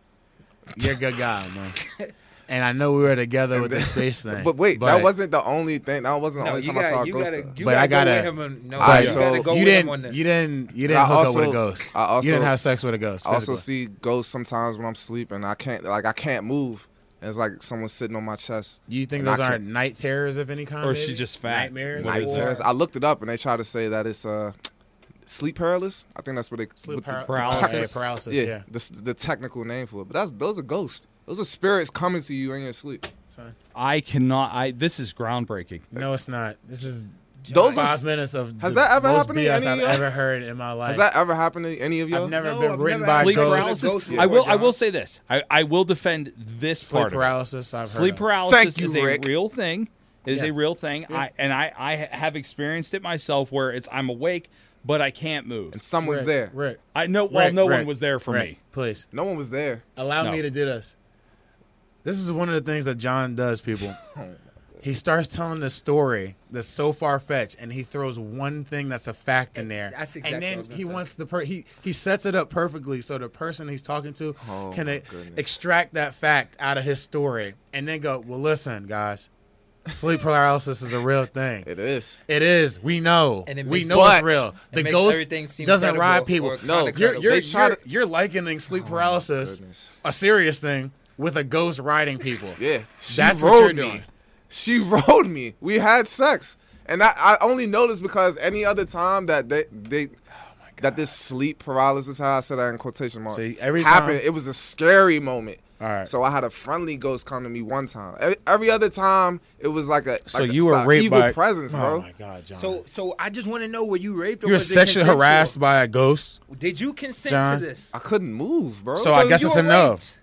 Speaker 3: you're a good guy, man. And I know we were together with the space thing.
Speaker 4: But wait, that wasn't the only thing. That wasn't the
Speaker 2: no,
Speaker 4: only
Speaker 2: you
Speaker 4: time
Speaker 2: gotta,
Speaker 4: I saw a
Speaker 2: you
Speaker 4: ghost.
Speaker 2: gotta,
Speaker 4: though.
Speaker 2: you
Speaker 3: But I
Speaker 2: gotta, go with
Speaker 3: gotta-
Speaker 2: him on- no,
Speaker 4: All right,
Speaker 2: you
Speaker 4: so
Speaker 2: gotta go
Speaker 3: you
Speaker 2: with
Speaker 3: didn't,
Speaker 2: him on this.
Speaker 3: you didn't, you
Speaker 4: I
Speaker 3: didn't hook up with a
Speaker 4: also-
Speaker 3: ghost.
Speaker 4: I also-
Speaker 3: you didn't have sex with a ghost.
Speaker 4: I also
Speaker 3: physically.
Speaker 4: see ghosts sometimes when I'm sleeping. I can't like I can't move. And it's like someone's sitting on my chest.
Speaker 3: You think
Speaker 4: And I
Speaker 3: those
Speaker 4: can't-
Speaker 3: aren't night terrors of any kind?
Speaker 1: Or is she
Speaker 3: maybe?
Speaker 1: just fat?
Speaker 3: Nightmares.
Speaker 1: What is
Speaker 3: or-
Speaker 1: it?
Speaker 4: Serious. I looked it up and they try to say that it's uh sleep paralysis. I think that's what they
Speaker 3: Sleep
Speaker 4: what the-
Speaker 3: par-
Speaker 1: paralysis.
Speaker 3: yeah, paralysis.
Speaker 4: yeah,
Speaker 3: Yeah.
Speaker 4: The, s- the technical name for it. But that's those are ghosts. Those are spirits coming to you in your sleep.
Speaker 3: Son.
Speaker 1: I cannot. I this is groundbreaking.
Speaker 3: No, it's not. This is
Speaker 4: Those are
Speaker 3: five
Speaker 4: s-
Speaker 3: minutes of
Speaker 4: Has
Speaker 3: the
Speaker 4: that ever
Speaker 3: most
Speaker 4: happened to
Speaker 3: BS
Speaker 4: any
Speaker 3: I've
Speaker 4: of y'all?
Speaker 3: ever heard in my life.
Speaker 4: Has that ever happened to any of you?
Speaker 3: I've never
Speaker 2: No,
Speaker 3: been
Speaker 2: I've
Speaker 3: written
Speaker 2: never
Speaker 3: by
Speaker 2: had
Speaker 1: Sleep
Speaker 2: sex with a
Speaker 3: ghosts.
Speaker 2: ghost
Speaker 1: paralysis.
Speaker 2: before,
Speaker 1: I will. I
Speaker 2: John.
Speaker 1: will say this. I, I will defend this
Speaker 3: Sleep
Speaker 1: part. of it.
Speaker 3: paralysis. I've heard
Speaker 1: Sleep
Speaker 3: of.
Speaker 1: paralysis
Speaker 4: Thank you,
Speaker 1: is a
Speaker 4: Rick.
Speaker 1: real thing. Is
Speaker 2: Yeah.
Speaker 1: a real thing. I and I I have experienced it myself where it's I'm awake but I can't move.
Speaker 4: and someone's
Speaker 3: Rick,
Speaker 4: there.
Speaker 3: Rick.
Speaker 1: I know. Well,
Speaker 3: Rick,
Speaker 1: no one
Speaker 3: Rick,
Speaker 1: was there for
Speaker 3: Rick,
Speaker 1: me.
Speaker 3: Please
Speaker 4: No one was there.
Speaker 3: allow
Speaker 1: No.
Speaker 3: me to do this. This is one of the things that John does, people.
Speaker 2: Oh,
Speaker 3: He starts telling the story that's so far fetched, and he throws one thing that's a fact in there,
Speaker 2: Eh, That's exactly
Speaker 3: and
Speaker 2: what I was
Speaker 3: then
Speaker 2: gonna
Speaker 3: he
Speaker 2: say.
Speaker 3: wants the per- he he sets it up perfectly so the person he's talking to
Speaker 4: Oh,
Speaker 3: can
Speaker 4: my
Speaker 3: e-
Speaker 4: goodness.
Speaker 3: extract that fact out of his story, and then go, well, listen, guys, sleep paralysis is a real thing.
Speaker 4: It is.
Speaker 3: It is. We know.
Speaker 2: And it
Speaker 3: we
Speaker 2: makes-
Speaker 3: know
Speaker 4: But-
Speaker 3: it's real.
Speaker 2: it
Speaker 3: The
Speaker 2: makes
Speaker 3: ghost
Speaker 2: everything seem
Speaker 3: doesn't
Speaker 2: credible
Speaker 3: ride
Speaker 2: or
Speaker 3: people.
Speaker 2: kinda
Speaker 4: No,
Speaker 3: You're
Speaker 2: credible.
Speaker 3: you're,
Speaker 4: They try
Speaker 3: you're,
Speaker 4: to-
Speaker 3: you're likening sleep paralysis,
Speaker 4: goodness.
Speaker 3: a serious thing, with a ghost riding people.
Speaker 4: Yeah. She
Speaker 3: That's
Speaker 4: rode
Speaker 3: what you're
Speaker 4: me.
Speaker 3: doing.
Speaker 4: She rode me. We had sex. And I, I only noticed because any other time that they
Speaker 3: Oh
Speaker 4: they that this sleep paralysis, how I said that in quotation marks,
Speaker 3: See, every
Speaker 4: happened,
Speaker 3: time-
Speaker 4: it was a scary moment.
Speaker 3: All right.
Speaker 4: So I had a friendly ghost come to me one time. Every, every other time, it was like a
Speaker 3: So
Speaker 4: like a-
Speaker 3: you were
Speaker 4: like
Speaker 3: raped
Speaker 4: evil
Speaker 3: by
Speaker 4: presence,
Speaker 3: oh
Speaker 4: bro.
Speaker 3: my god, John.
Speaker 2: So so I just want to know were you raped or
Speaker 3: you were
Speaker 2: was it
Speaker 3: sexually
Speaker 2: consensual?
Speaker 3: harassed by a ghost.
Speaker 2: Did you consent
Speaker 3: John.
Speaker 2: to this?
Speaker 4: I couldn't move, bro.
Speaker 3: So, I guess
Speaker 2: you
Speaker 3: it's
Speaker 2: were
Speaker 3: a no.
Speaker 2: raped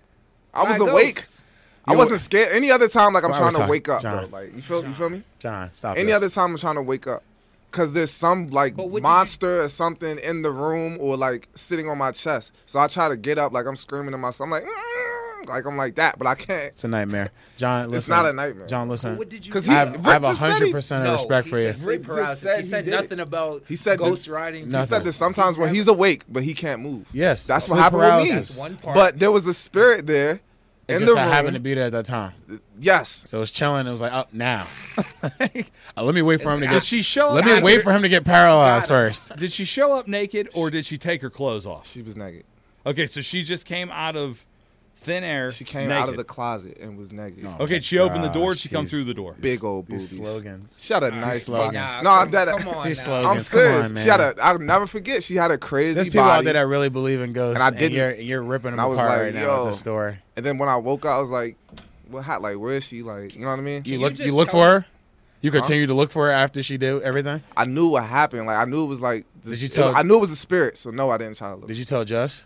Speaker 4: I was
Speaker 2: by
Speaker 4: awake.
Speaker 2: ghosts.
Speaker 4: I
Speaker 3: You
Speaker 4: wasn't
Speaker 3: were-
Speaker 4: scared. Any other time, like I'm
Speaker 3: Why are we
Speaker 4: trying to
Speaker 3: talking-
Speaker 4: wake up,
Speaker 3: John.
Speaker 4: bro. Like you feel you feel me?
Speaker 3: John, stop.
Speaker 4: Any
Speaker 3: this.
Speaker 4: other time I'm trying to wake up. Cause there's some like
Speaker 2: But what did
Speaker 4: monster or something in the room or like sitting on my chest. So I try to get up, like I'm screaming to myself. I'm like, "Mm," like I'm like that, but I can't.
Speaker 3: It's a nightmare, John. Listen,
Speaker 4: not a nightmare.
Speaker 3: John. Listen,
Speaker 2: What did you?
Speaker 4: 'Cause
Speaker 2: do?
Speaker 3: I have- I have
Speaker 4: Rick just said he-
Speaker 3: hundred percent
Speaker 2: No,
Speaker 3: of respect
Speaker 2: he
Speaker 3: for you.
Speaker 2: said sleep
Speaker 4: He just
Speaker 2: paralysis.
Speaker 4: said
Speaker 2: He
Speaker 4: he
Speaker 2: said
Speaker 4: did it.
Speaker 2: nothing about
Speaker 4: He said that-
Speaker 2: ghost riding.
Speaker 4: He said
Speaker 3: Nothing.
Speaker 4: that sometimes when he's awake, but he can't move.
Speaker 3: Yes,
Speaker 4: that's what
Speaker 3: sleep
Speaker 4: happened with me.
Speaker 3: paralysis.
Speaker 2: That's one part.
Speaker 4: But there was a spirit there
Speaker 3: It's
Speaker 4: in
Speaker 3: just
Speaker 4: the
Speaker 3: I happened to
Speaker 4: room.
Speaker 3: be there at that time,
Speaker 4: yes,
Speaker 3: so it was chilling. It was like up now. Uh, let me wait for him to
Speaker 1: Did
Speaker 3: get.
Speaker 1: she show?
Speaker 3: Let
Speaker 1: up
Speaker 3: me
Speaker 1: after-
Speaker 3: wait for him to get paralyzed first.
Speaker 1: Did she show up naked or did she take her clothes off?
Speaker 4: she was naked.
Speaker 1: Okay, so she just came out of thin air.
Speaker 4: She came out of the
Speaker 1: naked.
Speaker 4: closet and was naked.
Speaker 1: Okay,
Speaker 3: my
Speaker 1: she opened the
Speaker 3: gosh,
Speaker 1: door. She come
Speaker 3: Oh, she's-
Speaker 1: through the door.
Speaker 4: Big old
Speaker 3: These
Speaker 4: boobies.
Speaker 3: slogans.
Speaker 4: She had a nice
Speaker 3: slogans.
Speaker 4: box.
Speaker 2: Nah,
Speaker 4: No,
Speaker 2: come-
Speaker 4: that.
Speaker 2: come on
Speaker 3: These
Speaker 2: now.
Speaker 3: slogans.
Speaker 4: I'm
Speaker 3: Come
Speaker 4: serious.
Speaker 3: on,
Speaker 4: she had
Speaker 3: man.
Speaker 4: a. I'll never forget. She had a crazy
Speaker 3: There's people
Speaker 4: body.
Speaker 3: out there that really believe in ghosts,
Speaker 4: And I
Speaker 3: and,
Speaker 4: didn't.
Speaker 3: you're, you're ripping them
Speaker 4: And I was
Speaker 3: apart
Speaker 4: like,
Speaker 3: right now
Speaker 4: yo.
Speaker 3: with the story.
Speaker 4: And then when I woke up, I was like, "What hot? Like, where is she? Like, you know what I mean?"
Speaker 3: You
Speaker 2: you
Speaker 3: look,
Speaker 2: just
Speaker 3: you look
Speaker 2: tell
Speaker 3: for her. You continue to look for her after she did everything.
Speaker 4: I knew what happened. Like, I knew it was like.
Speaker 3: Did you tell-
Speaker 4: I knew it was a spirit. So no, I didn't try to look.
Speaker 3: Did you tell Josh?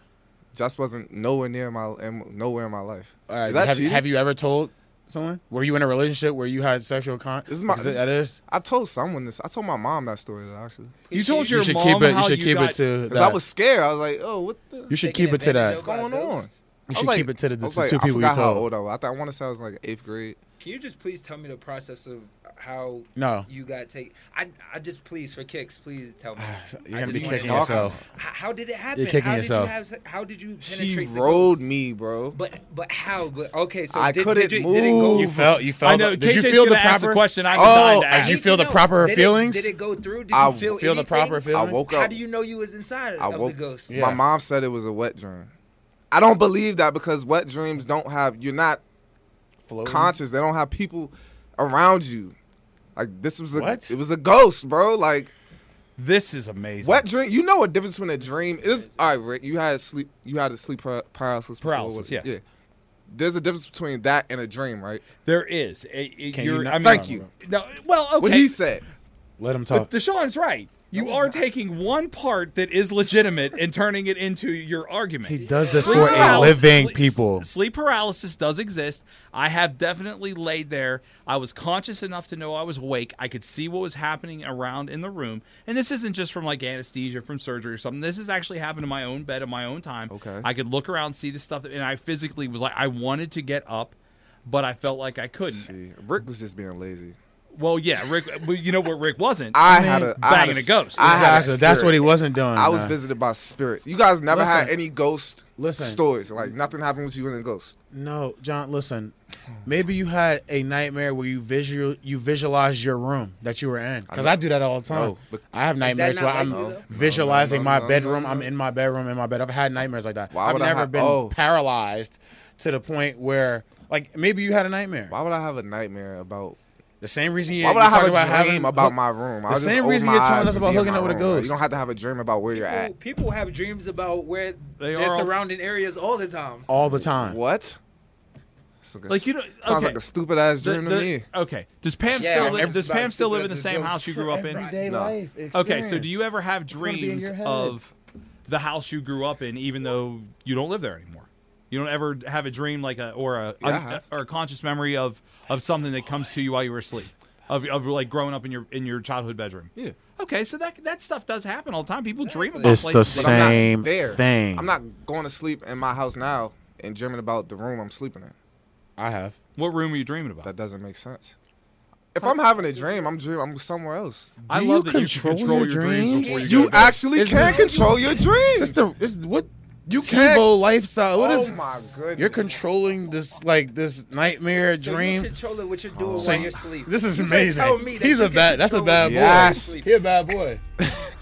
Speaker 4: Just wasn't nowhere near my in- nowhere in my life.
Speaker 3: Uh,
Speaker 4: is that
Speaker 3: have,
Speaker 4: cheating?
Speaker 3: have you ever told someone? Were you in a relationship where you had sexual con?
Speaker 4: This is my-
Speaker 3: Because that is.
Speaker 4: I told someone this. I told my mom that story though, actually.
Speaker 1: You told
Speaker 3: You
Speaker 1: your
Speaker 3: should
Speaker 1: mom
Speaker 3: keep it.
Speaker 1: how
Speaker 3: You should keep
Speaker 1: got,
Speaker 3: it to
Speaker 4: Because
Speaker 3: that.
Speaker 4: I was scared. I was like, "Oh, what the."
Speaker 3: you should
Speaker 2: Taking
Speaker 3: keep it to
Speaker 2: advantage
Speaker 3: that.
Speaker 2: of by
Speaker 4: What's going on?
Speaker 2: ghosts?
Speaker 3: You
Speaker 4: I
Speaker 3: should
Speaker 4: was
Speaker 3: keep it to the,
Speaker 4: I was
Speaker 3: the
Speaker 4: like,
Speaker 3: two
Speaker 4: I
Speaker 3: people you
Speaker 4: forgot how
Speaker 3: told.
Speaker 4: old I was. I, thought- I want to say I was in, like eighth grade.
Speaker 2: Can you just please tell me the process of how
Speaker 3: No.
Speaker 2: you got taken? I I just please for kicks, please tell me.
Speaker 3: You're
Speaker 2: I
Speaker 3: gonna
Speaker 2: just
Speaker 3: be
Speaker 2: wanna
Speaker 3: kicking
Speaker 2: know.
Speaker 3: yourself.
Speaker 2: H- How did it happen?
Speaker 3: You're kicking
Speaker 2: how
Speaker 3: yourself.
Speaker 2: Did you have, se- how did you penetrate
Speaker 4: She
Speaker 2: the
Speaker 4: rode
Speaker 2: ghost?
Speaker 4: me, bro.
Speaker 2: But but how? But okay, so
Speaker 4: I
Speaker 2: did,
Speaker 4: couldn't
Speaker 2: did, you, did it go?
Speaker 4: move.
Speaker 3: You felt. You felt.
Speaker 1: I know.
Speaker 3: Did you
Speaker 1: KJ's
Speaker 3: feel the
Speaker 1: gonna ask
Speaker 3: proper?
Speaker 1: question. I
Speaker 4: Oh,
Speaker 1: can dying to
Speaker 4: I
Speaker 2: I
Speaker 1: ask.
Speaker 3: Did you
Speaker 2: need
Speaker 3: feel
Speaker 2: to
Speaker 3: the
Speaker 2: know.
Speaker 3: proper
Speaker 2: did
Speaker 3: feelings?
Speaker 2: It, did it go through? Did you
Speaker 4: I
Speaker 2: feel,
Speaker 3: feel the
Speaker 2: anything?
Speaker 3: proper
Speaker 4: I
Speaker 3: feelings?
Speaker 4: woke
Speaker 2: How
Speaker 4: up.
Speaker 2: do you know you was inside
Speaker 4: I
Speaker 2: of
Speaker 4: woke-
Speaker 2: the ghost?
Speaker 3: Yeah.
Speaker 4: My mom said it was a wet dream. I don't believe that because wet dreams don't have. You're not Oh.
Speaker 3: Floating?
Speaker 4: conscious. They don't have people around you. Like this was a
Speaker 3: What?
Speaker 4: it was a ghost, bro. Like
Speaker 1: This is amazing.
Speaker 4: wet dream. You know what difference between a dream is? All right, Rick. You had sleep. You had a sleep par- paralysis. Before,
Speaker 1: Paralysis,
Speaker 4: wasn't
Speaker 1: yes.
Speaker 4: it? There's a difference between that and a dream, right?
Speaker 1: There is. It- it-
Speaker 3: Can
Speaker 1: you're-
Speaker 3: you not-
Speaker 1: I mean,
Speaker 4: Thank you.
Speaker 1: No, well, okay.
Speaker 4: What he said.
Speaker 3: Let him
Speaker 1: But
Speaker 3: talk.
Speaker 1: Deshaun's right. You are taking one part that is legitimate and turning it into your argument.
Speaker 3: he does this
Speaker 1: Sleep
Speaker 3: for a
Speaker 1: paralysis-
Speaker 3: living
Speaker 1: sleep-
Speaker 3: people.
Speaker 1: Sleep paralysis does exist. I have definitely laid there. I was conscious enough to know I was awake. I could see what was happening around in the room. And this isn't just from like anesthesia, from surgery or something. This has actually happened in my own bed at my own time.
Speaker 4: Okay.
Speaker 1: I could look around, see the stuff, and I physically was like, I wanted to get up, but I felt like I couldn't.
Speaker 4: See, Rick was just being lazy.
Speaker 1: Well, yeah, Rick. well, you know what Rick wasn't?
Speaker 4: I had a- I had
Speaker 1: banging
Speaker 4: a
Speaker 1: a, ghost.
Speaker 4: I had a
Speaker 3: Exactly. That's what he
Speaker 4: spirit.
Speaker 3: wasn't doing.
Speaker 4: I was
Speaker 3: nah.
Speaker 4: visited by spirits. You guys never had
Speaker 3: Listen.
Speaker 4: any ghost
Speaker 3: Listen.
Speaker 4: stories. Like nothing happened with you and a ghost.
Speaker 3: No, John. Listen, maybe you had a nightmare where you visual you visualized your room that you were in. Because I, do that all the time.
Speaker 4: No, but-
Speaker 3: I have nightmares
Speaker 2: not
Speaker 3: where
Speaker 2: like
Speaker 3: I'm
Speaker 2: you, though?
Speaker 3: visualizing
Speaker 4: No, no,
Speaker 3: my
Speaker 4: no, no,
Speaker 3: bedroom.
Speaker 4: no.
Speaker 3: I'm in my bedroom in my bed. I've had nightmares like that.
Speaker 4: Why
Speaker 3: I've
Speaker 4: would I
Speaker 3: never
Speaker 4: have-
Speaker 3: been
Speaker 4: oh.
Speaker 3: paralyzed to the point where like maybe you had a nightmare.
Speaker 4: Why would I have a nightmare about?
Speaker 3: The same reason you
Speaker 4: Why would
Speaker 3: you
Speaker 4: I have
Speaker 3: talk
Speaker 4: a
Speaker 3: about
Speaker 4: dream
Speaker 3: having
Speaker 4: about
Speaker 3: hook-
Speaker 4: my room? I
Speaker 3: the
Speaker 4: just
Speaker 3: same
Speaker 4: open
Speaker 3: reason
Speaker 4: my
Speaker 3: you're telling
Speaker 4: eyes
Speaker 3: us
Speaker 4: and
Speaker 3: about
Speaker 4: be in
Speaker 3: hooking
Speaker 4: my
Speaker 3: up with a
Speaker 4: room, bro. You
Speaker 3: ghost.
Speaker 4: don't have to have a dream about where you're
Speaker 2: People,
Speaker 4: at.
Speaker 2: people have dreams about where
Speaker 1: They
Speaker 2: their
Speaker 1: are-
Speaker 2: surrounding areas all the time.
Speaker 3: all the time.
Speaker 4: What? It's a
Speaker 1: Like, you
Speaker 4: st-
Speaker 1: don't-
Speaker 4: sounds
Speaker 1: okay.
Speaker 4: like a stupid ass
Speaker 1: The-
Speaker 4: dream
Speaker 1: the-
Speaker 4: to me.
Speaker 1: okay. Does Pam
Speaker 2: Yeah,
Speaker 1: still live?
Speaker 2: everybody's
Speaker 1: Does Pam still
Speaker 2: stupid
Speaker 1: live in the
Speaker 2: as a
Speaker 1: same
Speaker 2: ghost.
Speaker 1: house you grew up in?
Speaker 3: Everyday
Speaker 4: No.
Speaker 3: life.
Speaker 1: Okay, so
Speaker 3: experience.
Speaker 1: do you ever have
Speaker 3: gonna be in
Speaker 1: dreams
Speaker 3: your head.
Speaker 1: of the house you grew up in, even though you don't live there anymore? You don't ever have a dream like a or a,
Speaker 4: Yeah, I have.
Speaker 1: or a conscious memory of of something that comes to you while you were asleep, of, of like growing up in your in your childhood bedroom.
Speaker 4: Yeah.
Speaker 1: Okay, so that that stuff does happen all the time. People dream about
Speaker 3: It's the
Speaker 1: places they-
Speaker 4: But I'm not
Speaker 3: same
Speaker 4: there.
Speaker 3: thing.
Speaker 4: I'm not going to sleep in my house now and dreaming about the room I'm sleeping in.
Speaker 3: I have.
Speaker 1: What room are you dreaming about?
Speaker 4: That doesn't make sense. If I'm having a dream, I'm dream. I'm somewhere else.
Speaker 1: I
Speaker 3: Do
Speaker 1: love
Speaker 3: you
Speaker 1: that you can
Speaker 3: control
Speaker 1: control your
Speaker 3: your
Speaker 1: dreams
Speaker 3: dreams?
Speaker 1: before you, go
Speaker 4: You
Speaker 1: to bed.
Speaker 4: actually
Speaker 3: It's
Speaker 4: can't
Speaker 3: the-
Speaker 4: control your
Speaker 3: It's
Speaker 4: dreams.
Speaker 3: the it's what
Speaker 4: You can't.
Speaker 3: Kibo lifestyle. What
Speaker 4: oh
Speaker 3: is-
Speaker 4: my goodness.
Speaker 3: you're controlling this like this nightmare
Speaker 2: So
Speaker 3: dream?
Speaker 2: you controlling what you're doing
Speaker 3: So
Speaker 2: while
Speaker 3: you-
Speaker 2: you're asleep.
Speaker 3: This is
Speaker 2: You can't
Speaker 3: amazing.
Speaker 2: tell me that
Speaker 3: He's
Speaker 2: you
Speaker 3: a
Speaker 2: can
Speaker 3: bad. That's a
Speaker 2: control
Speaker 3: bad
Speaker 2: what you're
Speaker 3: boy.
Speaker 2: doing while you're
Speaker 4: Yes.
Speaker 2: asleep.
Speaker 3: He a bad boy.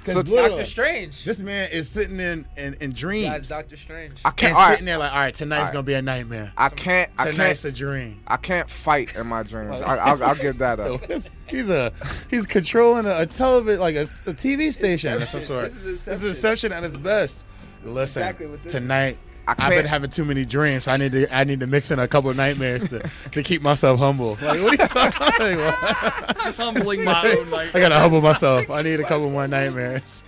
Speaker 3: 'Cause
Speaker 4: So
Speaker 3: literally,
Speaker 2: Doctor Strange.
Speaker 3: this man is sitting in in, in dreams
Speaker 2: Guys, Doctor Strange.
Speaker 4: I
Speaker 3: and
Speaker 4: can't. All
Speaker 3: sitting
Speaker 4: right,
Speaker 3: there like, all right, tonight's
Speaker 4: Alright.
Speaker 3: gonna be a nightmare.
Speaker 4: I can't. I
Speaker 3: tonight's
Speaker 4: can't.
Speaker 3: a dream.
Speaker 4: I can't fight in my dreams. I, I'll, I'll give that up.
Speaker 3: he's a he's controlling a, a television like a, a TV station of some
Speaker 2: Inception.
Speaker 3: sort.
Speaker 2: This is
Speaker 3: This is Inception at its best. Listen,
Speaker 2: exactly what this
Speaker 3: tonight.
Speaker 4: I
Speaker 3: I've been
Speaker 4: can't-
Speaker 3: having too many dreams. so I need to I need to mix in a couple of nightmares to, to keep myself humble. Like what are you talking about?
Speaker 1: Humbling my own like
Speaker 3: I gotta humble myself. I need a couple more nightmares.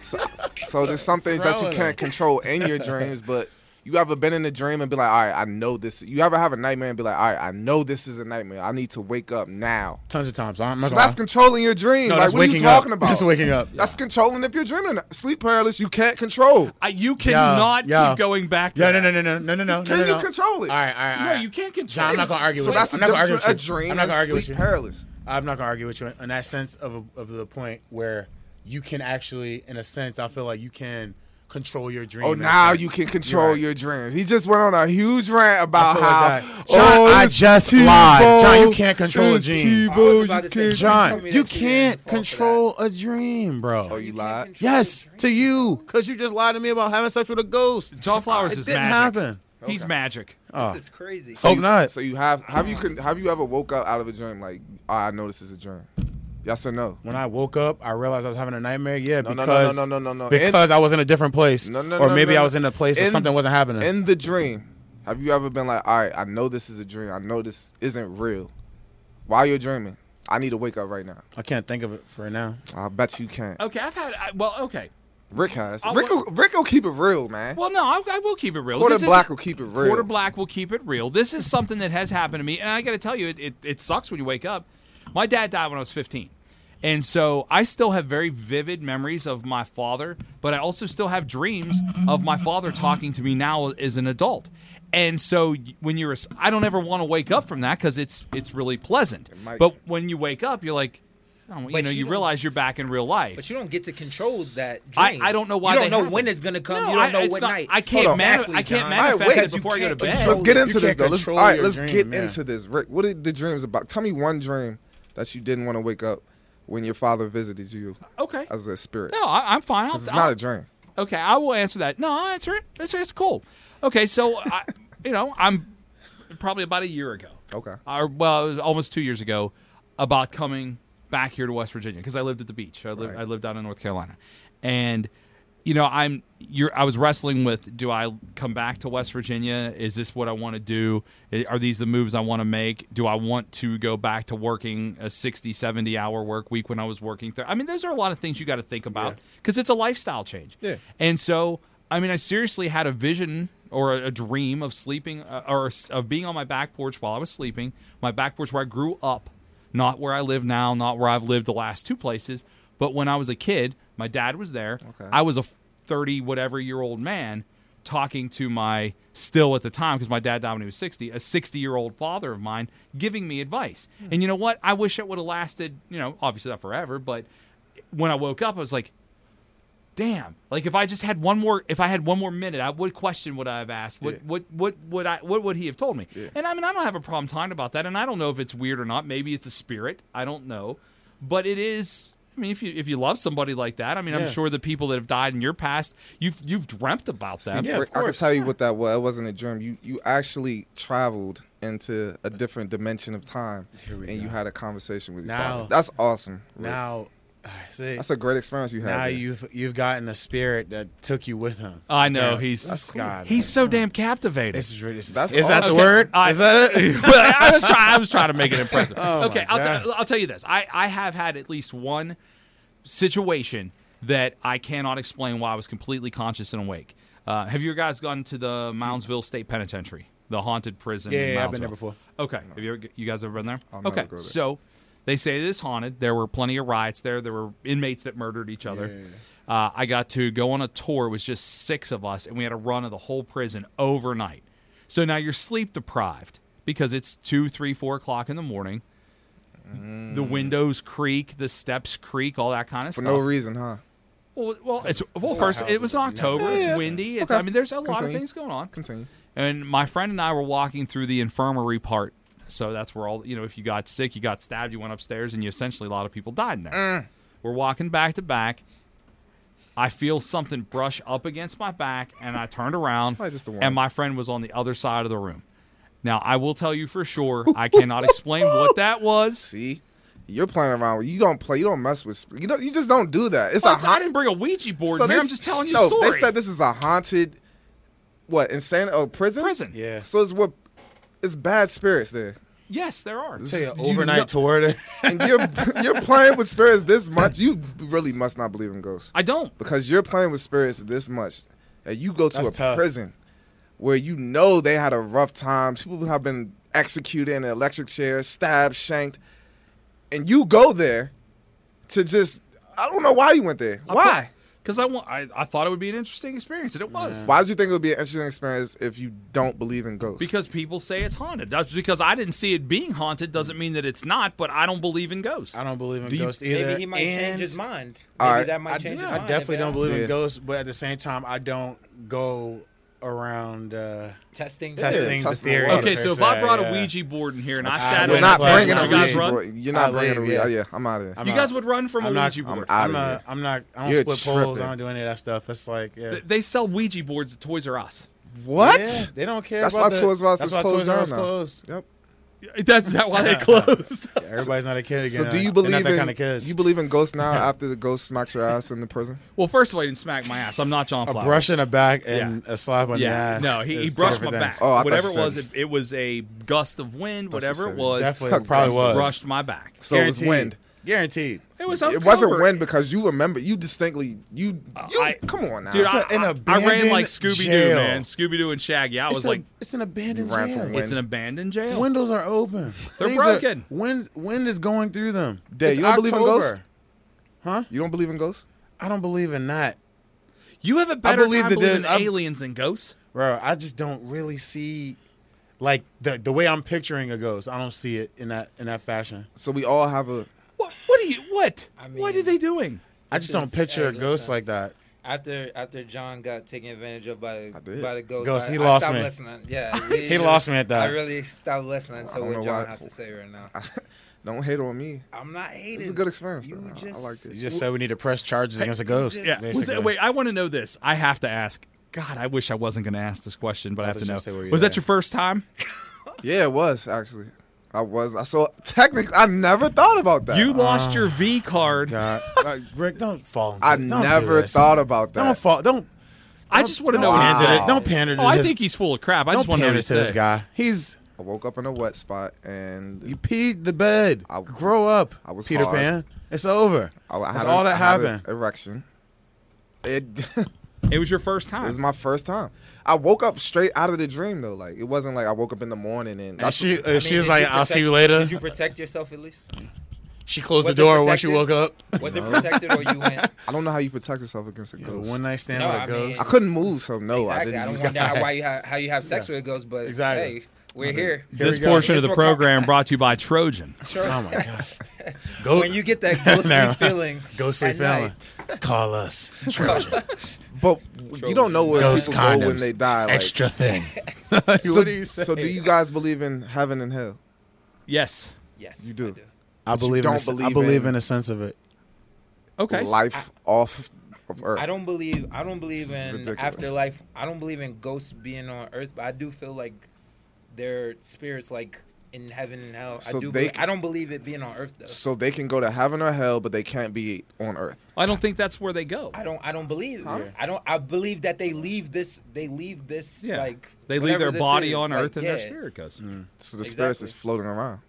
Speaker 4: So there's some things that you
Speaker 3: Throwing
Speaker 4: can't control in your dreams, but you ever been in a dream and be like, all right, I know this. You ever have a nightmare and be like, all right, I know this is a nightmare. I need to wake up now.
Speaker 3: Tons of times. I'm not
Speaker 4: So
Speaker 3: gonna
Speaker 4: that's
Speaker 3: lie.
Speaker 4: controlling your dreams.
Speaker 3: no,
Speaker 4: like,
Speaker 3: that's
Speaker 4: what are you
Speaker 3: waking
Speaker 4: talking
Speaker 3: up.
Speaker 4: about?
Speaker 3: That's waking up.
Speaker 4: That's controlling if you're dreaming. Sleep paralysis, you can't control.
Speaker 1: I, you cannot
Speaker 3: yeah.
Speaker 1: keep going back to
Speaker 3: Yeah, no,
Speaker 1: that.
Speaker 3: no, no, no, no, no, no, no,
Speaker 4: Can
Speaker 3: no.
Speaker 4: you
Speaker 3: no.
Speaker 4: control it?
Speaker 3: All right, all right, all
Speaker 1: No,
Speaker 3: right.
Speaker 1: you can't control.
Speaker 3: John, I'm not gonna argue
Speaker 4: So
Speaker 3: with you.
Speaker 4: that's
Speaker 3: I'm
Speaker 4: the
Speaker 3: not gonna argue
Speaker 4: difference
Speaker 3: with
Speaker 4: between
Speaker 3: you.
Speaker 4: a dream
Speaker 3: I'm not
Speaker 4: and
Speaker 3: gonna argue with
Speaker 4: sleep
Speaker 3: you.
Speaker 4: paralysis.
Speaker 3: I'm not gonna argue with you in that sense of of the point where you can actually, in a sense, I feel like you can control your dream.
Speaker 4: Oh,
Speaker 3: in a
Speaker 4: now
Speaker 3: sense.
Speaker 4: you can
Speaker 3: You're
Speaker 4: control
Speaker 3: right.
Speaker 4: your dreams. He just went on a huge rant about
Speaker 3: I feel like
Speaker 4: how.
Speaker 3: that. John, I
Speaker 4: it's
Speaker 3: just
Speaker 4: Tebow,
Speaker 3: lied. John, you can't control a
Speaker 4: it's
Speaker 3: dream.
Speaker 4: Tebow,
Speaker 2: Oh, I was about to
Speaker 4: you
Speaker 2: say,
Speaker 4: can't-
Speaker 2: Tell
Speaker 3: John,
Speaker 2: me
Speaker 3: you
Speaker 2: that you didn't
Speaker 3: can't
Speaker 2: fall for
Speaker 3: control a dream, bro.
Speaker 4: Oh, you lied.
Speaker 2: control
Speaker 3: yes,
Speaker 2: your
Speaker 3: to
Speaker 2: dreams.
Speaker 3: you, cause you just lied to me about having sex with a ghost.
Speaker 1: John Flowers
Speaker 3: It
Speaker 1: is
Speaker 3: didn't
Speaker 1: magic.
Speaker 3: happen.
Speaker 1: He's
Speaker 4: Okay.
Speaker 1: magic.
Speaker 3: Oh,
Speaker 2: This is crazy.
Speaker 3: hope not.
Speaker 4: So you have have you con- have you ever woke up out of a dream like "Oh, I know this is a dream? Yes or no?
Speaker 3: When I woke up, I realized I was having a nightmare. Yeah,
Speaker 4: No, no, no,
Speaker 3: because
Speaker 4: no, no, no, no, no.
Speaker 3: because I was in a different place,
Speaker 4: No, no,
Speaker 3: or
Speaker 4: no,
Speaker 3: maybe
Speaker 4: no,
Speaker 3: I
Speaker 4: no.
Speaker 3: was in a place where
Speaker 4: In-
Speaker 3: something wasn't happening.
Speaker 4: In the dream, have you ever been like, all right, I know this is a dream. I know this isn't real. While you're dreaming, I need to wake up right now.
Speaker 3: I can't think of it for now.
Speaker 4: I bet you can't.
Speaker 1: Okay, I've had. I, well, okay.
Speaker 4: Rick has.
Speaker 1: I'll
Speaker 4: Rick, will, Rick will keep it real, man.
Speaker 1: Well, no, I, I will keep it real.
Speaker 4: Quarter
Speaker 1: This is-
Speaker 4: Black will keep it real.
Speaker 1: Quarter Black will keep it real. This is something that has happened to me, and I got to tell you, it, it, it sucks when you wake up. My dad died when I was 15. And so I still have very vivid memories of my father, but I also still have dreams of my father talking to me now as an adult. And so y- when you're, as- I don't ever want to wake up from that because it's it's really pleasant.
Speaker 4: might-
Speaker 1: But when you wake up, you're like, oh, you
Speaker 2: But
Speaker 1: know,
Speaker 2: you
Speaker 1: you,
Speaker 2: don't-
Speaker 1: realize you're back in real life.
Speaker 2: But you don't get to control that
Speaker 1: I-
Speaker 2: dream.
Speaker 1: I don't know why
Speaker 2: You don't
Speaker 1: they
Speaker 2: know
Speaker 1: happen.
Speaker 2: when it's gonna come.
Speaker 1: No,
Speaker 2: you don't
Speaker 1: I-
Speaker 2: know
Speaker 1: it's
Speaker 2: what
Speaker 1: not-
Speaker 2: night.
Speaker 1: I can't
Speaker 2: Hold on.
Speaker 1: manif- I can't
Speaker 2: John.
Speaker 1: manifest
Speaker 4: Alright, wait,
Speaker 1: it before
Speaker 2: you
Speaker 1: I go to
Speaker 2: can't
Speaker 1: bed.
Speaker 2: control
Speaker 4: Let's get
Speaker 3: You
Speaker 4: into this
Speaker 3: can't
Speaker 4: though. Let's, all
Speaker 3: control
Speaker 4: right,
Speaker 3: your
Speaker 4: let's
Speaker 3: dream,
Speaker 4: get
Speaker 3: man.
Speaker 4: into this. Rick, what are the dreams about? Tell me one dream that you didn't want to wake up when your father visited you
Speaker 1: Okay.
Speaker 4: as a spirit.
Speaker 1: Oh, No, I, I'm fine. I'll,
Speaker 4: it's
Speaker 1: I'll-
Speaker 4: not a dream.
Speaker 1: Okay, I will answer that. No, I'll answer it. That's, that's cool. Okay, so I, you know, I'm probably about a year ago,
Speaker 4: Okay.
Speaker 1: or well, it was almost two years ago, about coming back here to West Virginia because I lived at the beach. I lived I lived down in North Carolina, and you know, I'm you're I was wrestling with do I come back to West Virginia? Is this what I want to do? I- Are these the moves I want to make? Do I want to go back to working a 60, 70 hour work week when I was working there? I mean, those are a lot of things you got to think about because it's a lifestyle change.
Speaker 4: Yeah.
Speaker 1: And so, I mean, I seriously had a vision or a, a dream of sleeping uh, or s- of being on my back porch while I was sleeping, my back porch where I grew up, not where I live now, not where I've lived the last two places. But when I was a kid, my dad was there. I was a 30 whatever year old man talking to my still at the time because my dad died when he was 60 a 60 year old father of mine giving me advice and you know what i wish it would have lasted you know obviously not forever but when i woke up i was like damn like if i just had one more if i had one more minute i would question what i've asked what what what would i what would he have told me and i mean i don't have a problem talking about that and i don't know if it's weird or not maybe it's a spirit i don't know but it is i mean if you if you love somebody like that i mean
Speaker 3: Yeah.
Speaker 1: i'm sure the people that have died in your past you've you've dreamt about them
Speaker 3: Yeah, of
Speaker 4: I can
Speaker 3: course.
Speaker 4: tell you what that was. It wasn't a dream. You you actually traveled into a different dimension of time,
Speaker 3: Here we
Speaker 4: and
Speaker 3: go.
Speaker 4: you had a conversation with your
Speaker 3: Now-
Speaker 4: father. That's awesome. Rick.
Speaker 3: Now, see,
Speaker 4: that's a great experience you had.
Speaker 3: now
Speaker 4: there.
Speaker 3: you've you've gotten a spirit that took you with him.
Speaker 1: I know he's
Speaker 3: That's God,
Speaker 1: he's
Speaker 3: man.
Speaker 1: so damn captivating.
Speaker 3: This is ridiculous.
Speaker 4: That's
Speaker 3: is that
Speaker 4: awesome.
Speaker 3: the word?
Speaker 1: I-
Speaker 3: is that it?
Speaker 1: well, I was trying. I was trying to make it impressive.
Speaker 3: Oh, my
Speaker 1: okay, I'll,
Speaker 3: God.
Speaker 1: tell- I'll tell you this. I I have had at least one situation that I cannot explain why I was completely conscious and awake. Uh, have you guys gone to the Moundsville State Penitentiary, the haunted prison?
Speaker 3: Yeah,
Speaker 1: in
Speaker 3: yeah, I've been there
Speaker 1: Moundsville?
Speaker 3: before.
Speaker 1: Okay, have you ever, you guys ever been there?
Speaker 4: I'll never
Speaker 1: okay,
Speaker 4: go there.
Speaker 1: so they say it is haunted. There were plenty of riots there. There were inmates that murdered each other. Uh, I got to go on a tour. It was just six of us, and we had a run of the whole prison overnight. So now you're sleep deprived because it's two, three, four o'clock in the morning. The windows creak, the steps creak, all that kind of
Speaker 4: Mm. for
Speaker 1: stuff.
Speaker 4: no reason, huh?
Speaker 1: well, well, it's well. First, it was in October.
Speaker 4: Yeah,
Speaker 1: it's
Speaker 4: yeah.
Speaker 1: windy. It's.
Speaker 4: Okay.
Speaker 1: I mean, there's a lot of
Speaker 4: Continue.
Speaker 1: things going on.
Speaker 4: Continue.
Speaker 1: And my friend and I were walking through the infirmary part. So that's where all, you know, if you got sick, you got stabbed, you went upstairs, and you essentially, a lot of people died in there.
Speaker 4: Mm.
Speaker 1: We're walking back to back. I feel something brush up against my back, and I turned around,
Speaker 4: probably just the worm.
Speaker 1: and my friend was on the other side of the room. Now, I will tell you for sure, I cannot explain what that was.
Speaker 4: See, you're playing around. with You don't play. You don't mess with. sp- You don't. You just don't do that. It's
Speaker 1: Plus,
Speaker 4: a
Speaker 1: I
Speaker 4: hot.
Speaker 1: didn't bring a Ouija board
Speaker 4: so
Speaker 1: in here.
Speaker 4: they-
Speaker 1: I'm just telling you
Speaker 4: no,
Speaker 1: a story.
Speaker 4: they said this is a haunted. What insane? Oh, prison.
Speaker 1: Prison.
Speaker 3: Yeah.
Speaker 4: So it's what. It's bad spirits there.
Speaker 1: Yes, there are.
Speaker 3: Say an
Speaker 4: You
Speaker 3: overnight
Speaker 4: know-
Speaker 3: tour. There.
Speaker 4: and you're you're playing with spirits this much, you really must not believe in ghosts
Speaker 1: I don't.
Speaker 4: because you're playing with spirits this much. And you go to
Speaker 3: That's
Speaker 4: a
Speaker 3: tough.
Speaker 4: prison where you know they had a rough time. People have been executed in electric chairs, stabbed, shanked, and you go there to just I don't know why you went there. Why?
Speaker 1: Because I, want. I, I thought it would be an interesting experience, and it was.
Speaker 4: Why did you think it would be an interesting experience if you don't believe in ghosts?
Speaker 1: Because people say it's haunted. That's because I didn't see it being haunted doesn't mean that it's not, but I don't believe in ghosts.
Speaker 3: I don't believe in
Speaker 4: Do you-
Speaker 3: ghosts either.
Speaker 2: Maybe he might
Speaker 3: and
Speaker 2: change his mind. Maybe
Speaker 4: All right.
Speaker 2: that might
Speaker 3: I,
Speaker 2: change
Speaker 3: do-
Speaker 2: his
Speaker 3: I
Speaker 2: mind.
Speaker 3: definitely
Speaker 2: if
Speaker 3: don't believe
Speaker 4: Yeah.
Speaker 3: in ghosts, but at the same time, I don't go around uh,
Speaker 2: testing.
Speaker 3: testing the
Speaker 4: testing the
Speaker 3: theory.
Speaker 4: waters.
Speaker 1: Okay,
Speaker 3: per
Speaker 1: so if I
Speaker 3: se,
Speaker 1: brought a
Speaker 3: yeah.
Speaker 1: Ouija board in here and I
Speaker 3: I
Speaker 1: sat
Speaker 3: would
Speaker 4: you're
Speaker 1: in
Speaker 3: don't
Speaker 4: not
Speaker 1: it,
Speaker 3: play
Speaker 4: bringing a
Speaker 1: you guys
Speaker 4: Ouija
Speaker 1: run.
Speaker 4: board. You're not
Speaker 3: I
Speaker 4: bringing a
Speaker 3: leave,
Speaker 4: Ouija.
Speaker 3: yeah.
Speaker 4: Yeah. yeah, I'm out of here.
Speaker 3: I'm
Speaker 1: You
Speaker 3: out.
Speaker 1: guys would run from a
Speaker 3: I'm not.
Speaker 1: Ouija board.
Speaker 4: out.
Speaker 3: I'm,
Speaker 4: outta
Speaker 3: a,
Speaker 4: here.
Speaker 3: I'm not. I don't
Speaker 4: You're
Speaker 3: split poles. I
Speaker 4: tripping.
Speaker 3: don't do any of that stuff. It's like yeah.
Speaker 1: Th- They sell Ouija boards at Toys R Us.
Speaker 4: what?
Speaker 3: Yeah, they don't care.
Speaker 4: That's
Speaker 3: about
Speaker 4: why
Speaker 3: the-
Speaker 4: Toys R Us
Speaker 3: That's
Speaker 4: is
Speaker 3: why
Speaker 4: closed
Speaker 3: Toys R
Speaker 4: down
Speaker 3: Us
Speaker 4: now.
Speaker 3: closed.
Speaker 4: Yep.
Speaker 1: That's is that why they closed.
Speaker 3: Yeah, everybody's not a kid again.
Speaker 4: So do you
Speaker 3: They're not
Speaker 4: believe
Speaker 3: that
Speaker 4: in
Speaker 3: kind of kids?
Speaker 4: you believe in ghosts now after the ghost smacks your ass in the prison?
Speaker 1: well, first of all, he didn't smack my ass. I'm not John
Speaker 3: a
Speaker 1: Flower.
Speaker 3: brush in the back and a slap on the
Speaker 1: yeah,
Speaker 3: ass.
Speaker 1: no, he, he
Speaker 3: is
Speaker 1: brushed my
Speaker 3: different
Speaker 1: back.
Speaker 3: things.
Speaker 4: Oh, I thought
Speaker 1: whatever
Speaker 4: you
Speaker 1: it
Speaker 4: said
Speaker 1: was,
Speaker 4: it.
Speaker 1: it, it was a gust of wind. Whatever
Speaker 4: said
Speaker 1: it
Speaker 4: it.
Speaker 1: was,
Speaker 3: Definitely, probably was.
Speaker 1: brushed my back.
Speaker 4: So it was
Speaker 3: Guaranteed.
Speaker 4: wind.
Speaker 3: Guaranteed.
Speaker 1: It was.
Speaker 4: It wasn't
Speaker 1: October.
Speaker 4: wind because you remember you distinctly you, you
Speaker 1: I-
Speaker 4: come on now.
Speaker 1: Dude,
Speaker 4: It's
Speaker 1: I,
Speaker 3: a- an
Speaker 1: I- I ran
Speaker 3: abandoned
Speaker 1: like Scooby Doo,
Speaker 3: jail.
Speaker 1: man. Scooby Doo and Shaggy. I was
Speaker 3: it's a-
Speaker 1: like,
Speaker 3: it's an abandoned
Speaker 4: You ran from
Speaker 3: jail.
Speaker 4: wind.
Speaker 1: it's an abandoned jail.
Speaker 3: Windows are open.
Speaker 1: They're
Speaker 3: Things are-
Speaker 1: broken.
Speaker 3: wind, wind is going through them.
Speaker 4: Dad,
Speaker 3: It's
Speaker 4: you don't believe in
Speaker 3: October.
Speaker 4: ghosts? you don't believe in ghosts?
Speaker 3: I don't believe in that,
Speaker 1: You have a better
Speaker 3: believe
Speaker 1: time
Speaker 3: that
Speaker 1: believing
Speaker 3: there's- I'm-
Speaker 1: aliens than ghosts.
Speaker 3: bro. I just don't really see, like the the way I'm picturing a ghost. I don't see it in that in that fashion.
Speaker 4: So we all have a
Speaker 1: What? What are you? What?
Speaker 2: I
Speaker 1: what are
Speaker 2: mean-
Speaker 1: they doing?
Speaker 3: I just
Speaker 2: is-
Speaker 3: don't picture a
Speaker 2: hey,
Speaker 3: ghost
Speaker 2: listen.
Speaker 3: like that.
Speaker 2: After after John got taken advantage of by
Speaker 4: I did.
Speaker 2: by the ghost,
Speaker 3: Ghost,
Speaker 2: I,
Speaker 3: he
Speaker 2: I
Speaker 3: lost
Speaker 2: stopped
Speaker 3: me.
Speaker 2: listening. Yeah, we-
Speaker 3: He lost me at
Speaker 2: I
Speaker 3: that.
Speaker 2: really stopped listening
Speaker 4: I
Speaker 2: to
Speaker 4: don't
Speaker 2: what
Speaker 4: know
Speaker 2: John
Speaker 4: why.
Speaker 2: has to say right now.
Speaker 4: don't hate on me.
Speaker 2: I'm not hating.
Speaker 4: It's a good experience.
Speaker 2: You
Speaker 4: though. I-
Speaker 2: just
Speaker 4: I liked
Speaker 3: You
Speaker 4: it.
Speaker 3: just said we need to press charges against a ghost.
Speaker 2: Yeah. Was it-
Speaker 1: Was
Speaker 3: basically.
Speaker 1: that, wait, I want to know this. I have to ask. God, I wish I wasn't going to ask this question, but I, have
Speaker 3: thought you were gonna
Speaker 1: to
Speaker 3: say,
Speaker 1: know.
Speaker 3: were you
Speaker 1: Was that
Speaker 3: there?
Speaker 1: your first time?
Speaker 4: Yeah, it was actually. I was. I so technically, I never thought about that.
Speaker 1: You lost your V card.
Speaker 4: Uh, God.
Speaker 3: Like, Rick, don't fall. Into
Speaker 4: I
Speaker 3: it. Don't do
Speaker 4: never
Speaker 3: this.
Speaker 4: thought about that.
Speaker 3: Don't fall. Don't.
Speaker 1: I just want to
Speaker 3: Don't
Speaker 1: know.
Speaker 4: Wow.
Speaker 3: pander to, don't pander to
Speaker 1: Oh, I
Speaker 3: this.
Speaker 1: think he's full of crap. I
Speaker 3: don't
Speaker 1: just want to know
Speaker 3: pander
Speaker 1: what
Speaker 3: to this
Speaker 1: he said.
Speaker 3: guy. He's
Speaker 4: I woke up in a wet spot and
Speaker 3: you peed the bed.
Speaker 4: I-
Speaker 3: Grow up,
Speaker 4: I was
Speaker 3: Peter
Speaker 4: hard.
Speaker 3: Pan. It's over.
Speaker 4: I, I
Speaker 3: That's
Speaker 4: had a-
Speaker 3: all that
Speaker 4: I had a
Speaker 3: happened.
Speaker 4: Erection. It, it
Speaker 1: It was your first time.
Speaker 4: was my first time. I woke up straight out of the dream though. Like it wasn't like I woke up in the morning and
Speaker 3: And
Speaker 4: that's
Speaker 3: she, uh,
Speaker 2: I mean,
Speaker 3: she was
Speaker 2: did
Speaker 3: like, "I'll
Speaker 2: protect-
Speaker 3: see you later."
Speaker 2: Did you protect yourself at least?
Speaker 3: she closed the
Speaker 2: was it
Speaker 3: door when she woke
Speaker 2: protected?
Speaker 3: up.
Speaker 2: Was it protected or you went?
Speaker 4: I don't know how you protect yourself against a
Speaker 3: You know,
Speaker 4: ghost.
Speaker 3: one night stand
Speaker 2: No,
Speaker 3: with a
Speaker 2: I mean-
Speaker 3: ghost.
Speaker 4: I couldn't move, so no,
Speaker 2: Exactly. I,
Speaker 4: Oh, I
Speaker 2: don't
Speaker 4: didn't.
Speaker 2: want to know why you have, how you have sex with ghosts, but
Speaker 3: Exactly.
Speaker 2: hey, we're here.
Speaker 1: this portion of
Speaker 2: It's
Speaker 1: the
Speaker 2: for-
Speaker 1: program um, brought to you by Trojan.
Speaker 3: oh my god. Go,
Speaker 2: When you get that ghostly
Speaker 3: No.
Speaker 2: feeling,
Speaker 3: ghostly
Speaker 2: at
Speaker 3: feeling,
Speaker 2: night,
Speaker 3: call us. Trojan.
Speaker 4: But you don't know where
Speaker 3: Ghost
Speaker 4: people go
Speaker 3: condoms.
Speaker 4: when they die. Like,
Speaker 3: Extra thin.
Speaker 4: So,
Speaker 3: what do you say?
Speaker 4: so do you guys believe in heaven and hell?
Speaker 1: Yes.
Speaker 2: yes,
Speaker 4: You do.
Speaker 2: I
Speaker 3: I
Speaker 4: But you
Speaker 3: believe. In
Speaker 4: don't
Speaker 3: the, I
Speaker 4: believe
Speaker 3: believe
Speaker 4: in-
Speaker 3: in a sense of it.
Speaker 1: Okay.
Speaker 4: Life off of earth.
Speaker 2: I don't believe I don't believe
Speaker 4: This is
Speaker 2: in
Speaker 4: ridiculous.
Speaker 2: afterlife. I don't believe in ghosts being on earth, but I do feel like their spirits like in heaven and hell.
Speaker 4: So
Speaker 2: I do
Speaker 4: they
Speaker 2: believe,
Speaker 4: can-
Speaker 2: I don't believe it being on earth though.
Speaker 4: So they can go to heaven or hell, but they can't be on earth.
Speaker 1: I don't think that's where they go.
Speaker 2: I don't I don't believe it.
Speaker 4: Huh?
Speaker 2: I don't I believe that they leave this they leave this
Speaker 1: Yeah.
Speaker 2: like
Speaker 1: they leave
Speaker 2: whatever
Speaker 1: their
Speaker 2: this
Speaker 1: body
Speaker 2: is,
Speaker 1: on
Speaker 2: like,
Speaker 1: earth and their
Speaker 2: yeah.
Speaker 1: spirit goes.
Speaker 4: So the spirits
Speaker 2: Exactly.
Speaker 4: is floating around.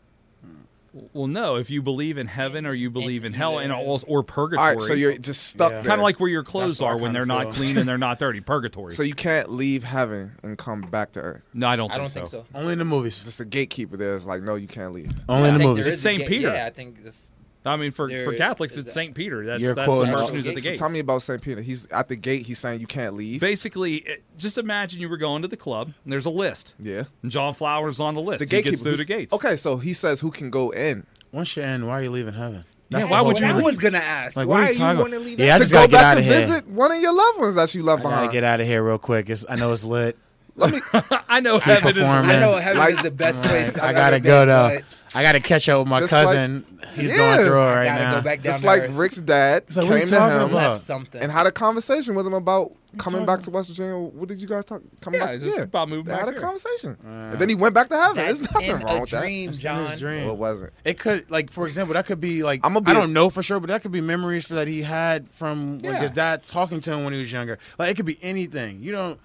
Speaker 1: Well, no. If you believe in heaven or you believe in
Speaker 2: And
Speaker 1: hell and
Speaker 2: either-
Speaker 1: or, or purgatory,
Speaker 4: All right, so you're just stuck.
Speaker 3: Yeah.
Speaker 4: there.
Speaker 1: kind of like where your clothes
Speaker 3: That's what I
Speaker 1: are when
Speaker 3: kinda
Speaker 1: they're not
Speaker 3: feel.
Speaker 1: clean and they're not dirty. Purgatory.
Speaker 4: So you can't leave heaven and come back to earth.
Speaker 1: no, I don't.
Speaker 2: I
Speaker 1: Think
Speaker 2: don't
Speaker 1: so.
Speaker 2: think so.
Speaker 3: Only in the movies.
Speaker 4: Just a gatekeeper there is like, no, you can't leave.
Speaker 3: Only
Speaker 2: I
Speaker 3: in the
Speaker 2: think there
Speaker 3: movies.
Speaker 2: is a
Speaker 1: St.
Speaker 2: ga-
Speaker 1: Peter.
Speaker 2: Yeah, I think this
Speaker 1: I mean, for, for
Speaker 2: There-
Speaker 1: Catholics,
Speaker 2: is
Speaker 1: it's
Speaker 2: that-
Speaker 1: St. Peter. That's,
Speaker 3: You're
Speaker 1: that's the
Speaker 3: quoting
Speaker 1: person
Speaker 3: up.
Speaker 1: who's at the
Speaker 2: So
Speaker 1: gate.
Speaker 4: Uh, Tell me about Saint Peter. He's at the gate. He's saying you can't leave.
Speaker 1: Basically, it, just imagine you were going to the club and there's a list.
Speaker 4: Yeah.
Speaker 1: And John Flowers on the list.
Speaker 4: The
Speaker 1: he
Speaker 4: gatekeeper.
Speaker 1: gets through the
Speaker 4: who's-
Speaker 1: gates.
Speaker 4: Okay, so he says who can go in.
Speaker 3: Once you're in, why are you leaving heaven?
Speaker 1: Yeah,
Speaker 3: the
Speaker 1: why
Speaker 3: whole
Speaker 1: would you
Speaker 3: point.
Speaker 2: I
Speaker 1: leave?
Speaker 2: was gonna ask.
Speaker 3: Like, what are
Speaker 2: why
Speaker 3: you
Speaker 2: are you
Speaker 3: talking
Speaker 2: want to
Speaker 3: about?
Speaker 2: leave?
Speaker 3: Yeah,
Speaker 2: that-
Speaker 3: I just
Speaker 4: to go
Speaker 3: gotta get
Speaker 4: back
Speaker 3: outta
Speaker 4: and
Speaker 3: here.
Speaker 4: visit one of your loved ones that you love
Speaker 3: I
Speaker 4: behind.
Speaker 3: gotta get out of here real quick. It's, I know it's lit.
Speaker 4: Let me.
Speaker 1: I know heaven is.
Speaker 3: performing.
Speaker 1: I
Speaker 2: I
Speaker 1: know-
Speaker 2: know heaven
Speaker 4: Like-
Speaker 2: is the best place.
Speaker 3: I
Speaker 2: I've
Speaker 3: gotta
Speaker 2: ever
Speaker 3: go
Speaker 2: been,
Speaker 3: though.
Speaker 2: but
Speaker 3: I gotta catch up with my
Speaker 4: Just
Speaker 3: cousin. He's
Speaker 4: Yeah.
Speaker 3: going through it
Speaker 2: I
Speaker 3: right
Speaker 2: gotta
Speaker 3: now.
Speaker 2: go back down
Speaker 4: just
Speaker 2: to
Speaker 4: like
Speaker 2: earth.
Speaker 4: Rick's dad
Speaker 3: It's like, what are
Speaker 4: came
Speaker 3: you
Speaker 4: to
Speaker 3: talking
Speaker 4: him
Speaker 3: about?
Speaker 2: left something.
Speaker 4: and had a conversation with him about coming
Speaker 3: talking
Speaker 4: back to West Virginia. What did you guys talk? Coming
Speaker 1: Yeah,
Speaker 4: back?
Speaker 1: it's just about moving
Speaker 4: They
Speaker 1: back
Speaker 4: had a
Speaker 1: here.
Speaker 4: conversation,
Speaker 3: Yeah.
Speaker 4: and then he went back to heaven.
Speaker 2: That's
Speaker 4: There's nothing
Speaker 2: in
Speaker 4: wrong
Speaker 2: a
Speaker 4: with that.
Speaker 2: dream,
Speaker 3: It's in his
Speaker 2: John.
Speaker 3: dream.
Speaker 4: Well, it wasn't.
Speaker 3: It could, like, for example, that could be like
Speaker 4: I'ma be
Speaker 3: I don't
Speaker 4: a-
Speaker 3: know for sure, but that could be memories that he had from when
Speaker 1: Yeah.
Speaker 3: his dad talking to him when he was younger. Like, it could be anything. You don't.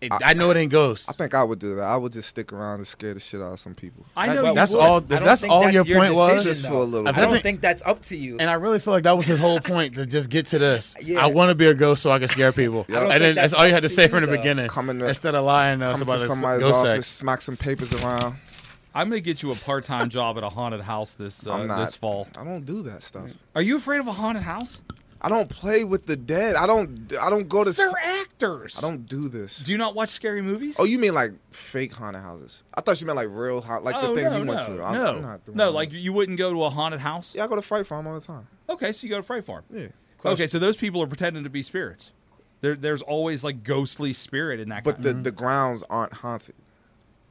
Speaker 3: It, I, know it ain't ghosts.
Speaker 4: I think I would do that. I would just stick around and scare the shit out of some people.
Speaker 1: I
Speaker 3: That-
Speaker 1: know you
Speaker 3: that's
Speaker 1: would.
Speaker 3: all.
Speaker 2: I don't
Speaker 3: That's
Speaker 2: think
Speaker 3: all
Speaker 2: that's
Speaker 3: your point was.
Speaker 2: decision,
Speaker 4: Just for a
Speaker 2: though.
Speaker 4: little
Speaker 2: I
Speaker 3: bit.
Speaker 2: don't think that's up to you.
Speaker 3: And I really feel like that was his whole point to just get to this.
Speaker 2: Yeah.
Speaker 3: I want to be a ghost so I can scare people.
Speaker 2: don't
Speaker 3: And
Speaker 2: think
Speaker 3: then
Speaker 2: that's
Speaker 3: that's all you
Speaker 2: up
Speaker 3: had to
Speaker 2: to
Speaker 3: say
Speaker 2: you,
Speaker 3: from the
Speaker 2: though.
Speaker 3: beginning.
Speaker 4: Coming to-
Speaker 3: Instead of lying to us
Speaker 4: Come
Speaker 3: about
Speaker 4: to
Speaker 3: this
Speaker 4: somebody's
Speaker 3: ghost
Speaker 4: office,
Speaker 3: sex.
Speaker 4: smack some papers around.
Speaker 1: I'm going to get you a part-time job at a haunted house this uh,
Speaker 4: I'm not.
Speaker 1: this fall.
Speaker 4: I don't do that
Speaker 3: Mm.
Speaker 4: stuff.
Speaker 1: Are you afraid of a haunted house?
Speaker 4: I don't play with the dead. I don't. I don't go to. s-
Speaker 1: They're actors.
Speaker 4: I don't do this.
Speaker 1: Do you not watch scary movies?
Speaker 4: Oh, you mean like fake haunted houses? I thought you meant like real, haunt, like the
Speaker 1: Oh,
Speaker 4: thing
Speaker 1: no,
Speaker 4: you
Speaker 1: no,
Speaker 4: went to. I'm,
Speaker 1: no,
Speaker 4: I'm not doing
Speaker 1: no.
Speaker 4: that.
Speaker 1: Like you wouldn't go to a haunted house.
Speaker 4: yeah, I go to Fright Farm all the time.
Speaker 1: Okay, so you go to Fright Farm.
Speaker 4: Yeah,
Speaker 1: Okay, so those people are pretending to be spirits. There, there's always like ghostly spirit in that.
Speaker 4: but
Speaker 1: kind
Speaker 4: the, the grounds aren't haunted.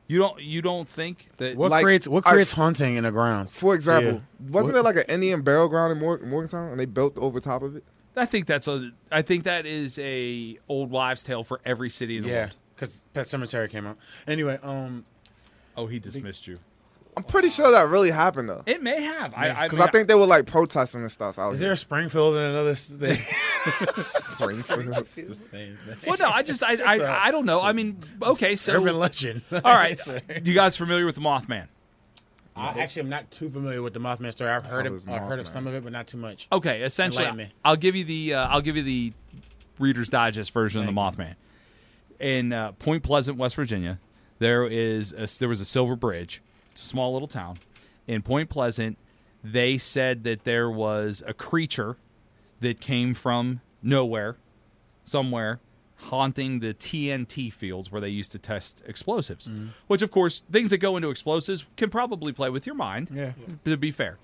Speaker 1: you don't you don't think that
Speaker 3: What
Speaker 4: like-
Speaker 3: creates what
Speaker 4: I-
Speaker 3: creates haunting in the grounds?
Speaker 4: For example,
Speaker 3: Yeah.
Speaker 4: wasn't
Speaker 3: What-
Speaker 4: there like an Indian burial ground in Mor- Morgantown, and they built over top of it?
Speaker 1: I think that's a I think that is a old wives tale for every city in the
Speaker 3: Yeah,
Speaker 1: world.
Speaker 3: because Pet Cemetery came out. Anyway, um,
Speaker 1: Oh, he dismissed you.
Speaker 4: I'm pretty sure that really happened though,
Speaker 1: It may have. I I,
Speaker 4: because
Speaker 1: mean,
Speaker 4: I think they were like protesting and stuff out
Speaker 3: is there
Speaker 4: here.
Speaker 3: a Springfield in another state?
Speaker 4: Springfield?
Speaker 3: it's the same thing.
Speaker 1: Well, no, I just I I,
Speaker 3: a-
Speaker 1: I don't know. I mean, okay, so
Speaker 3: Urban legend.
Speaker 1: all right,
Speaker 3: It's a-
Speaker 1: you guys familiar with the Mothman?
Speaker 3: I actually am not too familiar with the Mothman story. I've heard
Speaker 4: Oh,
Speaker 3: of
Speaker 4: this
Speaker 3: I've heard of
Speaker 4: Mothman.
Speaker 3: some of it, but not too much.
Speaker 1: Okay, essentially,
Speaker 3: me.
Speaker 1: I'll give you the uh, I'll give you the Reader's Digest version of the Mothman. In uh, Point Pleasant, West Virginia, there is a, there was a Silver Bridge. It's a small little town. In Point Pleasant, they said that there was a creature that came from nowhere, somewhere, haunting the TNT fields where they used to test explosives.
Speaker 3: Mm-hmm.
Speaker 1: Which, of course, things that go into explosives can probably play with your mind.
Speaker 3: Yeah.
Speaker 1: To be fair,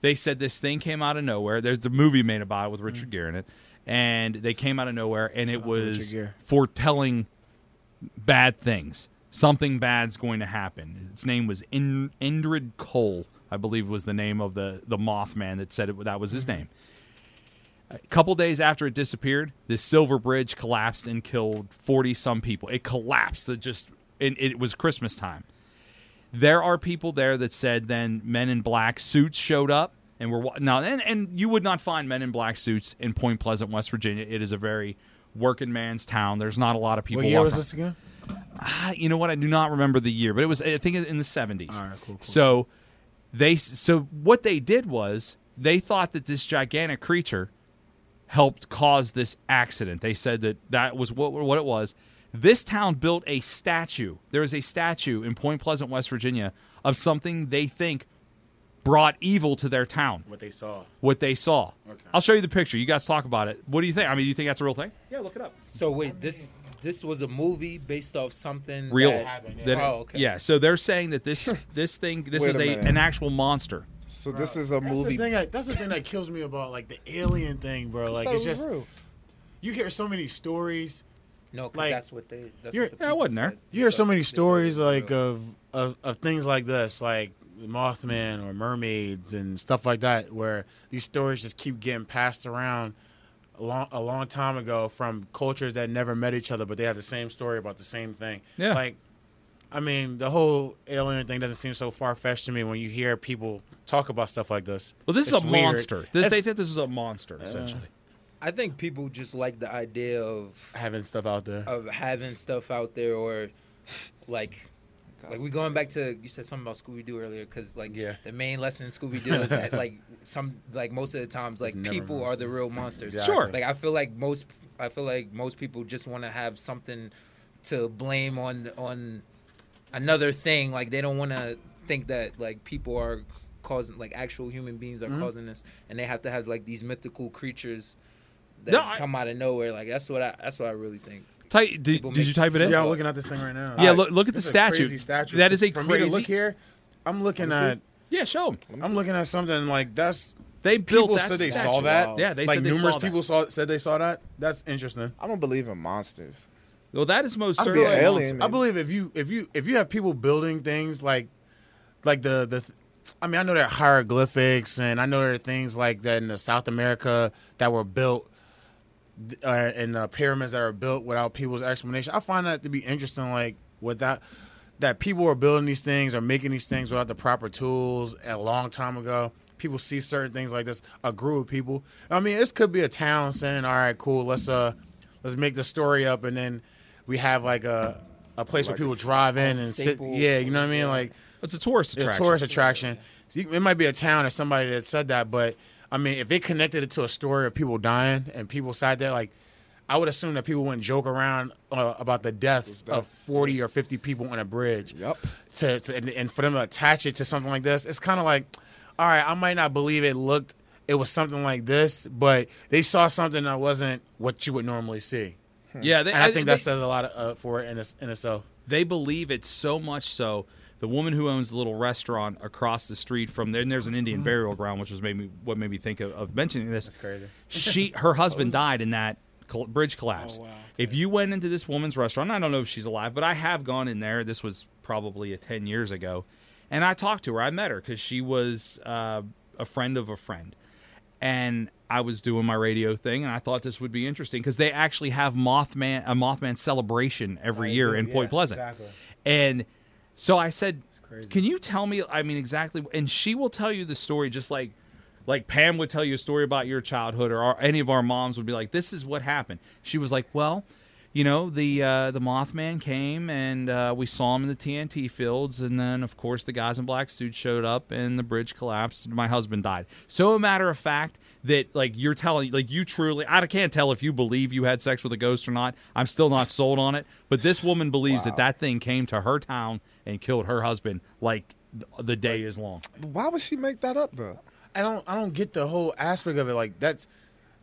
Speaker 1: they said this thing came out of nowhere. There's a movie made about it with Richard Gere in it, and they came out of nowhere, and it
Speaker 3: Mm-hmm. to Richard
Speaker 1: was
Speaker 3: Gere.
Speaker 1: foretelling bad things. Something bad's going to happen. Its name was In- Indrid Cole, I believe, was the name of the the Mothman that said it, that was
Speaker 3: Mm-hmm.
Speaker 1: his name. A couple days after it disappeared, the Silver Bridge collapsed and killed forty some people. It collapsed. It just and it was Christmas time There are people there that said then men in black suits showed up and were wa- now and, and you would not find men in black suits in Point Pleasant, West Virginia. It is a very working man's town. There's not a lot of people.
Speaker 3: What year
Speaker 1: walking
Speaker 3: was
Speaker 1: around.
Speaker 3: this again?
Speaker 1: I- you know what? I do not remember the year, but it was I think in the seventies.
Speaker 3: All right, cool, cool.
Speaker 1: So they so what they did was they thought that this gigantic creature helped cause this accident. They said that that was what what it was. This town built a statue. There is a statue in Point Pleasant, West Virginia, of something they think brought evil to their town.
Speaker 3: What they saw.
Speaker 1: What they saw.
Speaker 3: Okay.
Speaker 1: I'll show you the picture. You guys talk about it. What do you think? I mean, do you think that's a real thing? Yeah, look it up.
Speaker 2: So wait, this this was a movie based off something
Speaker 1: real.
Speaker 2: That,
Speaker 1: that-
Speaker 2: Oh, okay.
Speaker 1: Yeah, so they're saying that this this thing this is
Speaker 4: Wait a
Speaker 1: a,
Speaker 4: minute.
Speaker 1: an actual monster.
Speaker 4: So this is a
Speaker 3: That's
Speaker 4: movie.
Speaker 3: the thing. That, that's the thing that kills me about like the alien thing, bro. Like it's just you hear so many stories.
Speaker 2: No, 'cause
Speaker 3: Like-
Speaker 2: that's what they. That's
Speaker 3: You're-
Speaker 2: what the
Speaker 1: Yeah, I
Speaker 2: people
Speaker 1: wasn't there.
Speaker 2: said.
Speaker 3: You hear so many
Speaker 2: They-
Speaker 3: stories
Speaker 2: they-
Speaker 3: like of, of of things like this, like Mothman or mermaids and stuff like that, where these stories just keep getting passed around a long, a long time ago from cultures that never met each other, but they have the same story about the same thing.
Speaker 1: Yeah.
Speaker 3: Like, I mean, the whole alien thing doesn't seem so far fetched to me when you hear people talk about stuff like this.
Speaker 1: Well, this
Speaker 3: It's
Speaker 1: is a
Speaker 3: weird.
Speaker 1: monster. This, they
Speaker 3: It's-
Speaker 1: think this is a monster essentially.
Speaker 3: uh,
Speaker 2: I think people just like the idea of
Speaker 3: having stuff out there.
Speaker 2: of having stuff out there or like. Like we going back to you said something about Scooby Doo earlier because like
Speaker 3: Yeah.
Speaker 2: the main lesson in Scooby Doo is that like some like most of the times like
Speaker 3: never
Speaker 2: people are
Speaker 3: monsters.
Speaker 2: the real monsters.
Speaker 3: Exactly.
Speaker 1: Sure.
Speaker 2: Like I feel like most I feel like most people just want to have something to blame on on another thing. Like they don't want to think that like people are causing like actual human beings are
Speaker 3: Mm-hmm.
Speaker 2: causing this, and they have to have like these mythical creatures that
Speaker 1: No, I-
Speaker 2: come out of nowhere. Like that's what I that's what I really think.
Speaker 1: Ty- did,
Speaker 2: People
Speaker 1: did
Speaker 2: make
Speaker 1: you type it in?
Speaker 3: Yeah,
Speaker 1: Yeah,
Speaker 3: I'm looking at this thing right now.
Speaker 1: Yeah, look- look at
Speaker 3: This
Speaker 1: the
Speaker 3: is a
Speaker 1: statue.
Speaker 3: crazy statue.
Speaker 1: That is a
Speaker 3: For me
Speaker 1: crazy-
Speaker 3: to look here, I'm looking at.
Speaker 1: show them.
Speaker 3: I'm looking at something like that's.
Speaker 1: They built
Speaker 3: people
Speaker 1: that
Speaker 3: said they
Speaker 1: statue.
Speaker 3: saw that.
Speaker 4: Wow.
Speaker 1: Yeah, they
Speaker 3: like
Speaker 1: said they
Speaker 3: numerous
Speaker 1: saw that.
Speaker 3: people saw said they saw that. That's interesting.
Speaker 4: I don't believe in monsters.
Speaker 1: Well, that is most
Speaker 4: I'd be
Speaker 1: certainly
Speaker 4: an
Speaker 1: a
Speaker 4: alien,
Speaker 1: monster.
Speaker 4: man.
Speaker 3: I believe if you if you if you have people building things like, like the the. I mean, I know there are hieroglyphics, and I know there are things like that in the South America that were built, th- uh, and uh, pyramids that are built without people's explanation. I find that to be interesting. Like without that, people are building these things or making these things without the proper tools a long time ago. People see certain things like this. A group of people. I mean, this could be a town saying, "All right, cool, let's uh, let's make the story up," and then we have like a a place where people drive in and sit.
Speaker 2: staple.
Speaker 3: Yeah, you know what I mean, like.
Speaker 1: It's a tourist
Speaker 3: It's a
Speaker 1: attraction.
Speaker 3: tourist attraction. So you- It might be a town or somebody that said that, but I mean, if it connected it to a story of people dying and people sat there, like, I would assume that people wouldn't joke around uh, about the deaths of 40 or 50 people on a bridge.
Speaker 4: Yep.
Speaker 3: To, to, and, and for them to attach it to something like this, it's kind of like, all right, I might not believe it looked, it was something like this, but they saw something that wasn't what you would normally see.
Speaker 1: Yeah, they,
Speaker 3: And I think that
Speaker 1: they-
Speaker 3: says a lot uh, for it in, its- in itself.
Speaker 1: they believe it so much so the woman who owns the little restaurant across the street from there and there's an indian burial ground which was made me, what made me think of, of mentioning this That's
Speaker 3: crazy.
Speaker 1: she her husband died in that col- bridge collapse if you went into this woman's restaurant i don't know if she's alive but i have gone in there this was probably a 10 years ago and i talked to her i met her because she was uh, a friend of a friend and I was doing my radio thing, and I thought this would be interesting because they actually have Mothman a Mothman celebration every year in Point Pleasant, and so I said, "Can you tell me? I mean, exactly?" And she will tell you the story, just like like Pam would tell you a story about your childhood, or our, any of our moms would be like, "This is what happened." She was like, "Well." You know the uh, the Mothman came and uh, we saw him in the TNT fields, and uh, then of course the guys in black suits showed up, and the bridge collapsed, and my husband died. So a matter of fact that like you're telling, like you truly, I can't tell if you believe you had sex with a ghost or not. I'm still not sold on it, but this woman believes that that thing came to her town and killed her husband. Like th- the day is long.
Speaker 4: Why would she make that up though?
Speaker 3: I don't I don't get the whole aspect of it. Like that's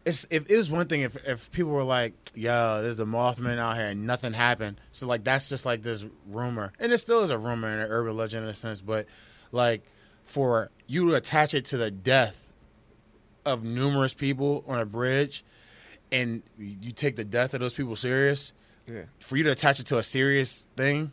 Speaker 3: it's if it was one thing if if people were like, yo, there's a Mothman out here and nothing happened. So like that's just like this rumor. And it still is a rumor and an urban legend in a sense, but like for you to attach it to the death of numerous people on a bridge and you take the death of those people serious,
Speaker 4: Yeah.
Speaker 3: for you to attach it to a serious thing,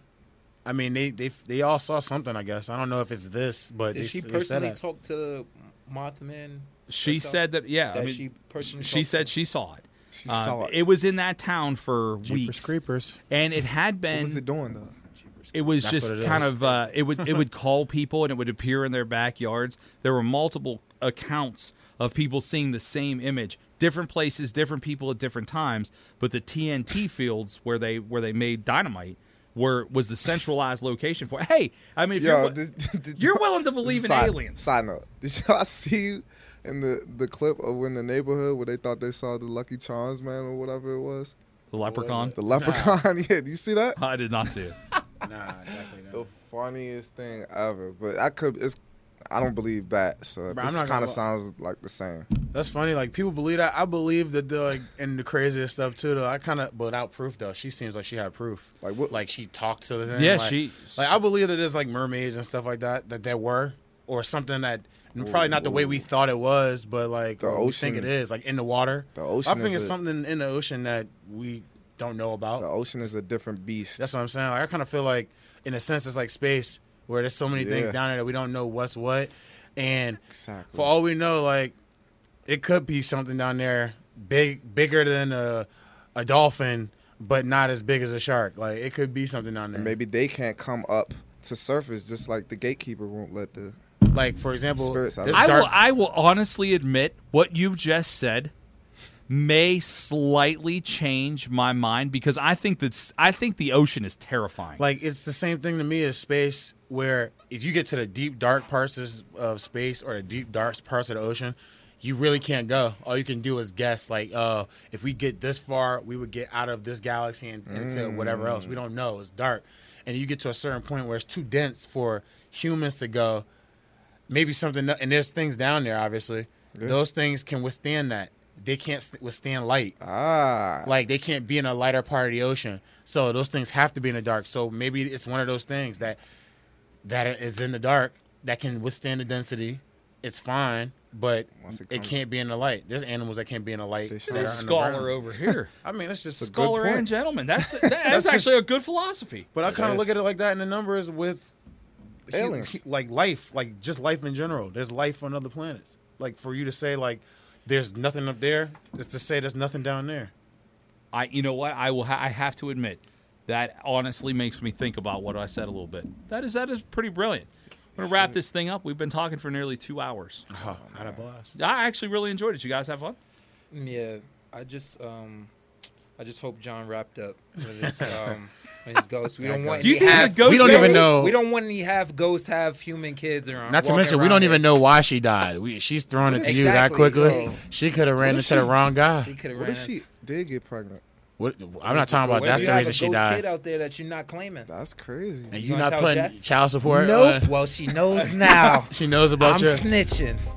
Speaker 3: I mean they they they all saw something, I guess. I don't know if it's this, but
Speaker 2: Did
Speaker 3: they,
Speaker 2: she
Speaker 3: they said
Speaker 2: personally
Speaker 3: it.
Speaker 2: talk to Mothman?
Speaker 1: She
Speaker 2: herself?
Speaker 1: said that yeah. I
Speaker 2: That
Speaker 1: mean,
Speaker 2: she personally
Speaker 1: she
Speaker 2: talked to
Speaker 1: said
Speaker 2: him?
Speaker 1: she saw it.
Speaker 4: She saw it.
Speaker 1: was in that town for
Speaker 3: Jeepers
Speaker 1: weeks,
Speaker 3: creepers.
Speaker 1: and it had been
Speaker 4: What's it doing though?
Speaker 3: hamsters.
Speaker 1: It was
Speaker 3: That's
Speaker 1: just
Speaker 3: what it
Speaker 1: kind
Speaker 3: is.
Speaker 1: of uh, it would it would call people and it would appear in their backyards. There were multiple accounts of people seeing the same image, different places, different people at different times. But the TNT fields where they where they made dynamite were was the centralized location for. Hey, I mean, if
Speaker 4: Yo,
Speaker 1: you're,
Speaker 4: did- did
Speaker 1: you're
Speaker 4: y'all-
Speaker 1: willing to
Speaker 4: this is
Speaker 1: believe in
Speaker 4: side,
Speaker 1: aliens.
Speaker 4: Side note: Did y'all see in the the clip of when the neighborhood where they thought they saw the Lucky Charms man or whatever it was,
Speaker 1: the leprechaun,
Speaker 4: the leprechaun? yeah, do you see that?
Speaker 1: I did not see it.
Speaker 3: nah, definitely not.
Speaker 4: The funniest thing ever. But I could. It's. I don't believe that. So
Speaker 3: Bro, I'm
Speaker 4: this
Speaker 3: not gonna
Speaker 4: kind of
Speaker 3: lie.
Speaker 4: sounds like the same.
Speaker 3: That's funny. Like people believe that. I believe that the like and the craziest stuff too. Though I kind of, but without proof though, she seems like she had proof.
Speaker 4: Like what-
Speaker 3: Like she talked to the thing.
Speaker 1: Yeah,
Speaker 3: like,
Speaker 1: she-
Speaker 3: Like I believe that there's like mermaids and stuff like that that there were, or something that and probably not the way we thought it was, but like
Speaker 4: Oh. The
Speaker 3: what we think it
Speaker 4: ocean-
Speaker 3: is, like in the water.
Speaker 4: The ocean
Speaker 3: I think
Speaker 4: is
Speaker 3: it's
Speaker 4: a-
Speaker 3: something in the ocean that we don't know about.
Speaker 4: The ocean is a different beast.
Speaker 3: That's what I'm saying. Like, I kind of feel like, in a sense, it's like space where there's so many things
Speaker 4: Yeah.
Speaker 3: down there that we don't know what's what, and
Speaker 4: Exactly.
Speaker 3: for all we know, like it could be something down there big, bigger than a a dolphin, but not as big as a shark. Like it could be something down there.
Speaker 4: Maybe they can't come up to surface, just like the gatekeeper won't let the.
Speaker 3: Like for example,
Speaker 4: Spirits out
Speaker 3: this
Speaker 4: there.
Speaker 1: I
Speaker 3: dark.
Speaker 1: will I will honestly admit what you just said may slightly change my mind because I think that's I think the ocean is terrifying.
Speaker 3: like it's the same thing to me as space, where if you get to the deep dark parts of space or the deep dark parts of the ocean. You really can't go. All you can do is guess. Like, uh, if we get this far, we would get out of this galaxy and into whatever else. We don't know. It's dark, and you get to a certain point where it's too dense for humans to go. maybe something and there's things down there obviously those things can withstand that they can't st- withstand light
Speaker 4: Ah.
Speaker 3: like they can't be in a lighter part of the ocean so those things have to be in the dark so maybe it's one of those things that that is in the dark that can withstand the density it's fine but
Speaker 4: Once it
Speaker 3: it,
Speaker 4: comes-
Speaker 3: can't be in the light there's animals that can't be in the light
Speaker 4: Fish
Speaker 3: that
Speaker 1: this
Speaker 3: are
Speaker 1: scholar
Speaker 3: underground.
Speaker 1: over here.
Speaker 3: i mean it's just
Speaker 4: good
Speaker 1: scholar and
Speaker 4: point.
Speaker 1: gentleman. That's that,
Speaker 3: That's
Speaker 1: that's,
Speaker 3: just-
Speaker 1: actually a good philosophy.
Speaker 3: But I kind of
Speaker 4: Yes.
Speaker 3: look at it like that in the numbers with hu-
Speaker 4: Aliens.
Speaker 3: hu- like life, like just life in general. There's life on other planets. Like for you to say like there's nothing up there, is to say there's nothing down there.
Speaker 1: I you know what? I will ha- I have to admit that honestly makes me think about what I said a little bit. That is that is pretty brilliant. I'm gonna wrap this thing up. We've been talking for nearly two hours.
Speaker 3: Oh, had a blast.
Speaker 1: I actually really enjoyed it. You guys have fun?
Speaker 2: Yeah, I just um, I just hope John wrapped up with his um, with his ghosts. We don't want
Speaker 1: Do you
Speaker 2: any
Speaker 1: think
Speaker 2: half,
Speaker 1: the ghost
Speaker 3: We don't
Speaker 1: thing-
Speaker 3: even know-
Speaker 2: We don't want any half ghosts, half human kids around.
Speaker 3: Not to
Speaker 2: walking
Speaker 3: mention, we
Speaker 2: around
Speaker 3: don't even
Speaker 2: here.
Speaker 3: know why she died. We, she's throwing it to you that
Speaker 2: Exactly,
Speaker 3: quickly.
Speaker 2: so-
Speaker 3: She could have ran
Speaker 4: if
Speaker 3: into the
Speaker 4: she-
Speaker 3: wrong
Speaker 2: She
Speaker 3: guy.
Speaker 2: could have
Speaker 4: What
Speaker 2: ran.
Speaker 4: if she did get pregnant?
Speaker 3: What, I'm not talking about
Speaker 4: What
Speaker 3: Oh, that's
Speaker 4: if
Speaker 3: the
Speaker 4: you
Speaker 3: reason she
Speaker 2: Kid
Speaker 3: died.
Speaker 2: out there that you're not claiming.
Speaker 4: That's crazy.
Speaker 3: And
Speaker 2: You
Speaker 3: you
Speaker 2: gonna
Speaker 3: not
Speaker 2: tell
Speaker 3: putting
Speaker 2: Jess?
Speaker 3: child support?
Speaker 2: nope.
Speaker 3: on-
Speaker 2: well, she knows now.
Speaker 3: She knows about
Speaker 2: I'm
Speaker 3: Uh, you.
Speaker 2: snitching.